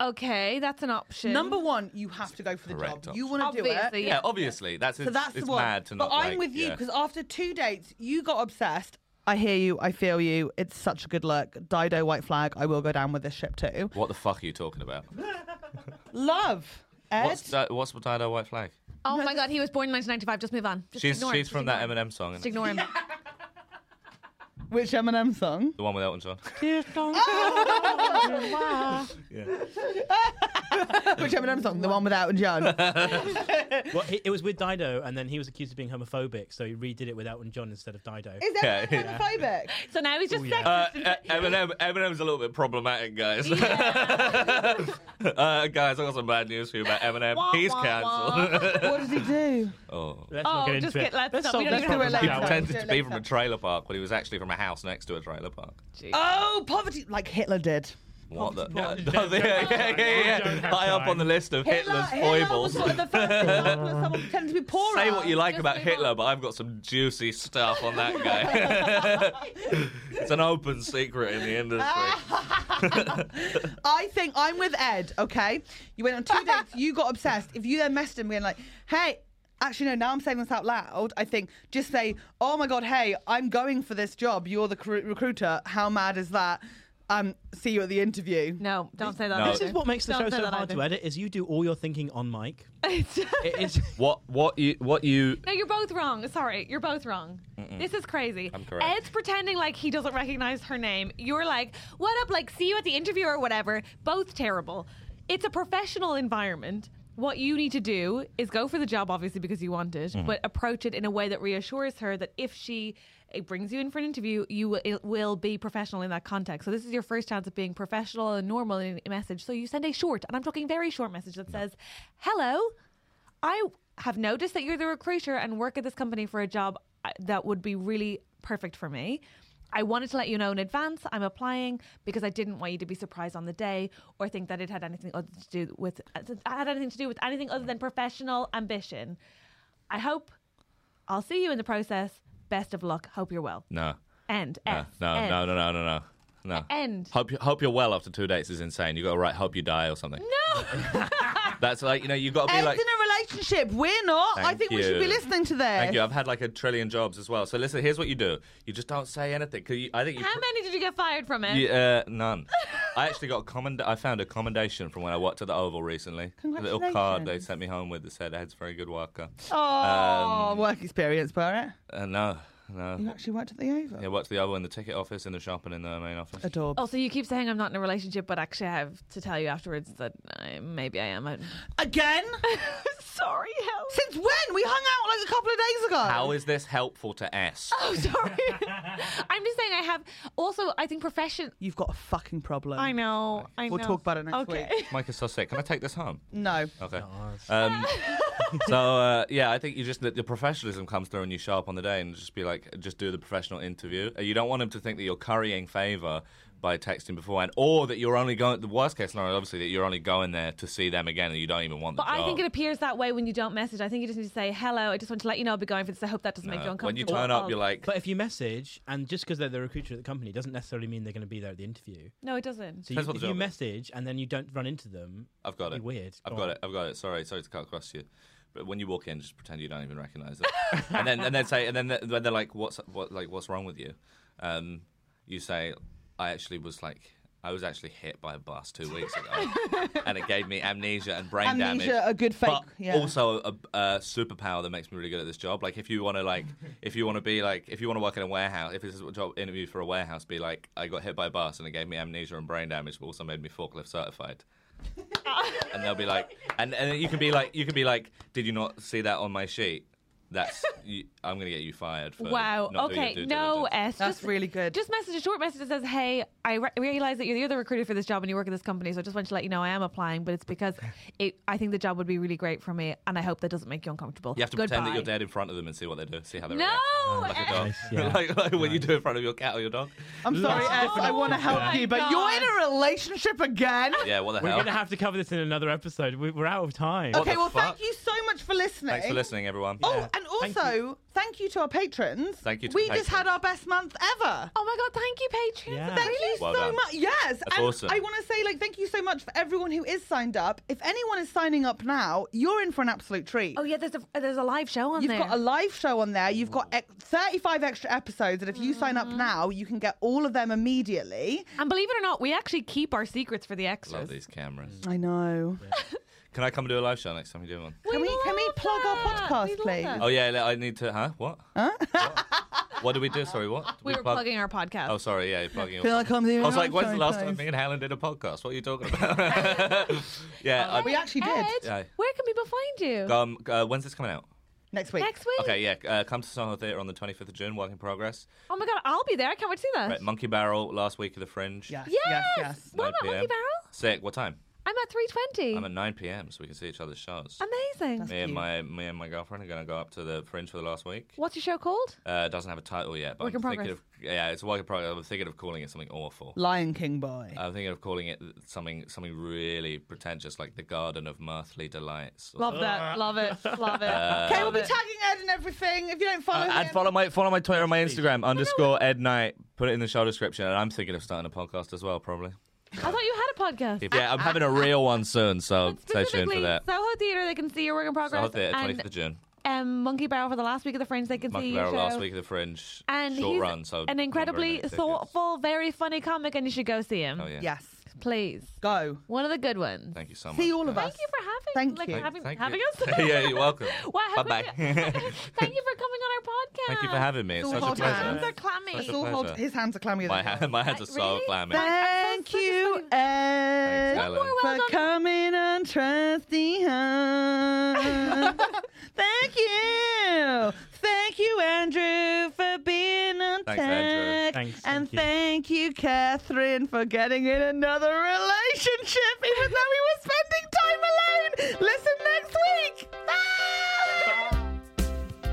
B: Okay, that's an option.
A: Number one, you have to go for the
H: Correct
A: job.
H: option.
A: You want to do it.
B: Obviously,
H: Yeah, obviously. That's
A: So
H: it's,
A: that's
H: it's
A: the one.
H: mad to
A: but
H: not.
A: I'm
H: like,
A: with you
H: yeah.
A: because after two dates, you got obsessed. I hear you. I feel you. It's such a good look. Dido white flag. I will go down with this ship too.
H: What the fuck are you talking about?
A: Love. Ed.
H: What's that, what's Potato White Flag?
B: Oh my god, he was born in 1995. Just move on. Just
H: She's
B: ignore him.
H: she's
B: Just
H: from
B: ignore
H: that
B: him.
H: Eminem song,
B: Just
H: isn't it?
B: ignore him.
A: Which Eminem song?
H: the one with Elton John.
A: Which Eminem song? The one without John.
C: Well, he, it was with Dido, and then he was accused of being homophobic, so he redid it with Elton John instead of Dido.
A: Is
H: Yeah,
A: Eminem homophobic?
B: So now he's
C: Oh,
B: just sexist.
H: Uh, E- Eminem, Eminem's a little bit problematic, guys. uh, guys, I got some bad news for you about Eminem. He's cancelled.
A: what does he do?
H: oh.
C: Let's
B: Oh,
C: not get into
B: just
C: it.
B: get- let's not- we
C: solve
B: don't
C: this
B: even
C: problem
A: relate
C: now.
H: He
A: Sorry,
H: pretended
A: do
H: to
A: it
H: be
A: later.
H: from a trailer park when he was actually from a house next to a trailer park.
A: Oh, poverty. Like Hitler did.
H: What the?
C: Well,
H: Yeah,
C: don't-
H: yeah, yeah,
C: don't have
H: yeah,
C: time.
H: yeah.
C: Don't
H: High
C: have
H: up on the
C: time.
H: list of Hitler's
A: Hitler was
H: foibles.
A: one of the first things done when someone pretended to be poor.
H: Say what you like
B: Just
H: about
B: move on.
H: Hitler, but I've got some juicy stuff on that guy. it's an open secret in the
B: Ah.
H: industry.
A: I think I'm with Ed, okay? You went on two dates, you got obsessed. If you then messed him being like, hey, actually, no, now I'm saying this out loud, I think just say, oh my God, hey, I'm going for this job. You're the cru- recruiter. How mad is that? Um, see you at the interview.
B: No, don't say that.
H: No.
B: either.
H: This
C: This is what makes the
B: Don't
C: show
B: say
C: so
B: that
C: hard to
B: either.
C: edit is you do all your thinking on mic. It is
H: What? What you? What you?
B: No, you're both wrong. Sorry, you're both wrong. This is crazy.
H: I'm correct.
B: Ed's pretending like he doesn't recognize her name. You're like, what up? Like, see you at the interview or whatever. Both terrible. It's a professional environment. What you need to do is go for the job, obviously, because you want it,
H: Mm-hmm.
B: but approach it in a way that reassures her that if she eh, brings you in for an interview, you will, it will be professional in that context. So, this is your first chance of being professional and normal in a message. So, you send a short, and I'm talking very short message that says, hello. I have noticed that you're the recruiter and work at this company for a job uh, that would be really perfect for me. I wanted to let you know in advance I'm applying because I didn't want you to be surprised on the day or think that it had anything other to do with uh, had anything to do with anything other than professional ambition. I hope I'll see you in the process. Best of luck. Hope you're well.
H: No.
B: End.
H: No.
B: F.
H: Uh, No.
B: End.
H: No. No. No. No. No. No.
B: End.
H: Hope you, hope you're well after two dates is insane. You got to write hope you die or something.
B: No.
H: That's like you know you got to be
A: Ed's
H: like.
A: in a relationship. We're not. I
H: Thank
A: think we should be
H: you.
A: listening to this.
H: Thank you. I've had like a trillion jobs as well. So listen, here's what you do. You just don't say anything. Cause you, I think you.
B: How
H: pr-
B: many did you get fired from it?
H: you- uh, none. I actually got a commend. I found a commendation from when I worked at the Oval recently. A little card they
A: Congratulations.
H: sent me home with that said Ed's a very good worker.
A: Oh,
H: Um,
A: work experience, Barrett.
H: Uh, no, no.
A: You actually worked at the Oval.
H: Yeah, worked the Oval in the ticket office, in the shop, and in the main office.
A: Adorable.
B: Also, you keep saying I'm not in a relationship, but actually, I have to tell you afterwards that I, maybe I am. I'm
H: Oh,
A: Again?
B: sorry, help.
A: Since when? We hung out like a couple of days ago.
H: How is this helpful to S?
B: Oh, sorry. I'm just saying I have. Also, I think profession.
A: You've got a fucking problem.
B: I know. I
A: We'll
B: know.
A: talk about it next
B: okay.
A: week.
H: Mike is so sick. Can I take this home?
A: No.
H: Okay. Um, so uh, yeah, I think you just the, the professionalism comes through and you show up on the day and just be like, just do the professional interview. Uh, You don't want him to think that you're currying favor by texting beforehand, or that you're only going. The worst case scenario, obviously, that you're only going there to see them again and you don't even want.
B: But
H: the
B: I think
H: job.
B: it appears that way when you don't message. I think you just need to say hello. I just want to let you know I'll be going for this. I hope that doesn't make you
H: Uh,
B: uncomfortable.
H: when you turn up,
B: I'll-
H: you're like,
C: But if you message, and just because they're the recruiter at the company doesn't necessarily mean they're going to be there at the interview.
B: no, it doesn't.
C: So you,
H: Depends what
C: if
H: the
C: you
H: job is. Oh,
C: message and then you don't run into them,
H: I've got
C: it'd
H: it.
C: be weird.
H: I've
C: Go
H: got
C: on.
H: it. I've got it. Sorry, sorry to cut across to you. But when you walk in, just pretend you don't even recognise it, and then and then say and then th- when they're like, "What's what? Like, what's wrong with you?" Um, you say, "I actually was like, I was actually hit by a bus two weeks ago, and it gave me amnesia and brain
A: Amnesia,
H: damage."
A: a good fake.
H: But
A: yeah.
H: also a, a superpower that makes me really good at this job. Like if you want to like if you want to be like if you want to work in a warehouse, if this is a job interview for a warehouse, be like I got hit by a bus and it gave me amnesia and brain damage, but also made me forklift certified. and they'll be like, and and you can be like, you can be like, did you not see that on my sheet? That's you, I'm gonna get you fired. For
B: Wow.
H: Not doing your
B: Okay.
H: due
B: No,
H: diligence.
B: S.
A: That's
B: just,
A: really good.
B: Just message a short message that says, "Hey, I re- realize that you're the other recruiter for this job and you work at this company, so I just want to let you know I am applying, but it's because it, I think the job would be really great for me, and I hope that doesn't make you uncomfortable."
H: You have to
B: Goodbye.
H: pretend that you're dead in front of them and see what they do. See how they
B: No, Eh,
H: react. like a dog.
B: Nice,
C: yeah.
H: like, like when you do in front of your cat or your dog.
A: I'm sorry, Ed, I want to help
B: Oh my
A: you, but
B: God.
A: you're in a relationship again.
H: Yeah. What the
C: We're
H: hell? Oh,
C: going to have to cover this in another episode. We, we're out of time.
H: What
A: okay,
H: the
A: well,
H: fuck?
A: thank you so much for listening.
H: Thanks for listening, everyone.
A: Oh, and also,
C: Thank
A: thank you, to our patrons.
H: Thank you to
A: we
H: the
A: just had
H: patrons.
A: our best month ever.
B: Oh my god! Thank you, Patreon.
C: Yeah.
B: for that.
A: Thank you
H: Well
A: so
H: done.
A: much. Yes,
H: That's
A: and
H: awesome.
A: I want to say like thank you so much for everyone who is signed up. If anyone is signing up now, you're in for an absolute treat.
B: Oh yeah, there's a there's a live show on
A: You've
B: there.
A: got a live show on there. You've got ex- 35 extra episodes, and if you sign
B: Mm-hmm.
A: up now, you can get all of them immediately.
B: and believe it or not, we actually keep our secrets for the
H: Love
B: extras.
H: these cameras.
A: I know.
H: Mm. Can I come do a live show next time you do one?
A: Can we, can we
B: love
A: plug
B: that.
A: our
B: We
A: podcast,
B: love
A: please?
B: that.
H: Oh yeah, li- I need to. Huh? What? Huh? What, what did we do? Sorry, what?
B: We, were
H: plug-
B: plugging our podcast.
H: Oh, sorry. Yeah, plugging.
A: Can I come do
H: I was
A: it?
H: like, when's the
A: Sorry,
H: last time
A: guys.
H: me and Helen did a podcast? What are you talking about? yeah. I-
A: We actually did.
B: Ed,
H: Yeah.
B: where can people find you?
H: um, uh, when's this coming out?
A: Next week.
B: Next week.
H: Okay, yeah. Uh, come to Soho Theatre on the 25th of June, work in progress.
B: Oh my god, I'll be there. I can't wait to see that.
H: Right, Monkey Barrel, last week of the Fringe.
A: Yes,
B: Yes.
A: yes, yes.
B: What
H: 9
B: about
H: p.m.
B: Monkey Barrel?
H: Sick. What time?
B: I'm at three twenty.
H: I'm at 9 p.m. so we can see each other's shows.
B: Amazing.
H: me and my me and my girlfriend are gonna go up to the Fringe for the last week.
B: What's your show called?
H: Uh, it doesn't have a title yet, but
B: Work
H: I'm
B: in
H: thinking
B: progress.
H: of yeah, it's a work in progress. I'm thinking of calling it something awful.
A: Lion King boy.
H: I'm thinking of calling it something something really pretentious, like the Garden of Mirthly Delights. or
B: Love that. Love it. Love it.
A: Okay, we'll be tagging Ed and everything. If you don't follow him,
H: Uh, and follow my follow my Twitter and my Instagram underscore Ed Knight. Put it in the show description. And I'm thinking of starting a podcast as well, probably.
B: I thought you had a podcast.
H: If- yeah, I'm having a real one soon, so stay tuned for
B: Specifically,
H: that.
B: Soho Theatre, they can see your work in
H: So
B: progress.
H: theatre, 20th of
B: and
H: June.
B: um, Monkey Barrel for the last week of the Fringe, they can
H: Monkey
B: see your
H: Barrel
B: show.
H: last week of the Fringe.
B: and
H: short
B: he's
H: run, so
B: an
H: not
B: incredibly
H: very many
B: thoughtful, very funny comic, and you should go see him.
H: tickets. Oh yeah.
A: yes,
B: Please,
A: go.
B: one of the good ones.
H: Thank you so much.
A: See all of
H: guys.
A: us.
B: Thank you for having,
A: Thank
B: like,
A: you.
B: having,
H: Thank
B: having
H: you.
B: us.
H: yeah, you're welcome.
B: Wow,
H: Bye
B: how
H: bye.
B: quick- Thank you for coming on our podcast.
H: Thank you for having me. It's
A: It's
H: such
A: all
H: a
A: hot
H: pleasure.
A: hands.
B: Hands are clammy.
H: Such a
A: All hold,
H: pleasure.
A: his hands are clammy.
H: My, hand, my hands are so
B: Really?
H: clammy.
A: Thank
B: I'm so
A: you,
B: sorry.
A: Ed,
H: Thanks, Ellen.
B: More well
A: for
B: done.
A: coming on Trusty Hunt. Thank you. Thank you, Andrew, for being on
H: Thanks,
A: tech.
H: Andrew.
C: Thanks,
A: and
C: thank you.
A: thank you, Catherine, for getting in another relationship, even though we were spending time alone. Listen next week. Bye.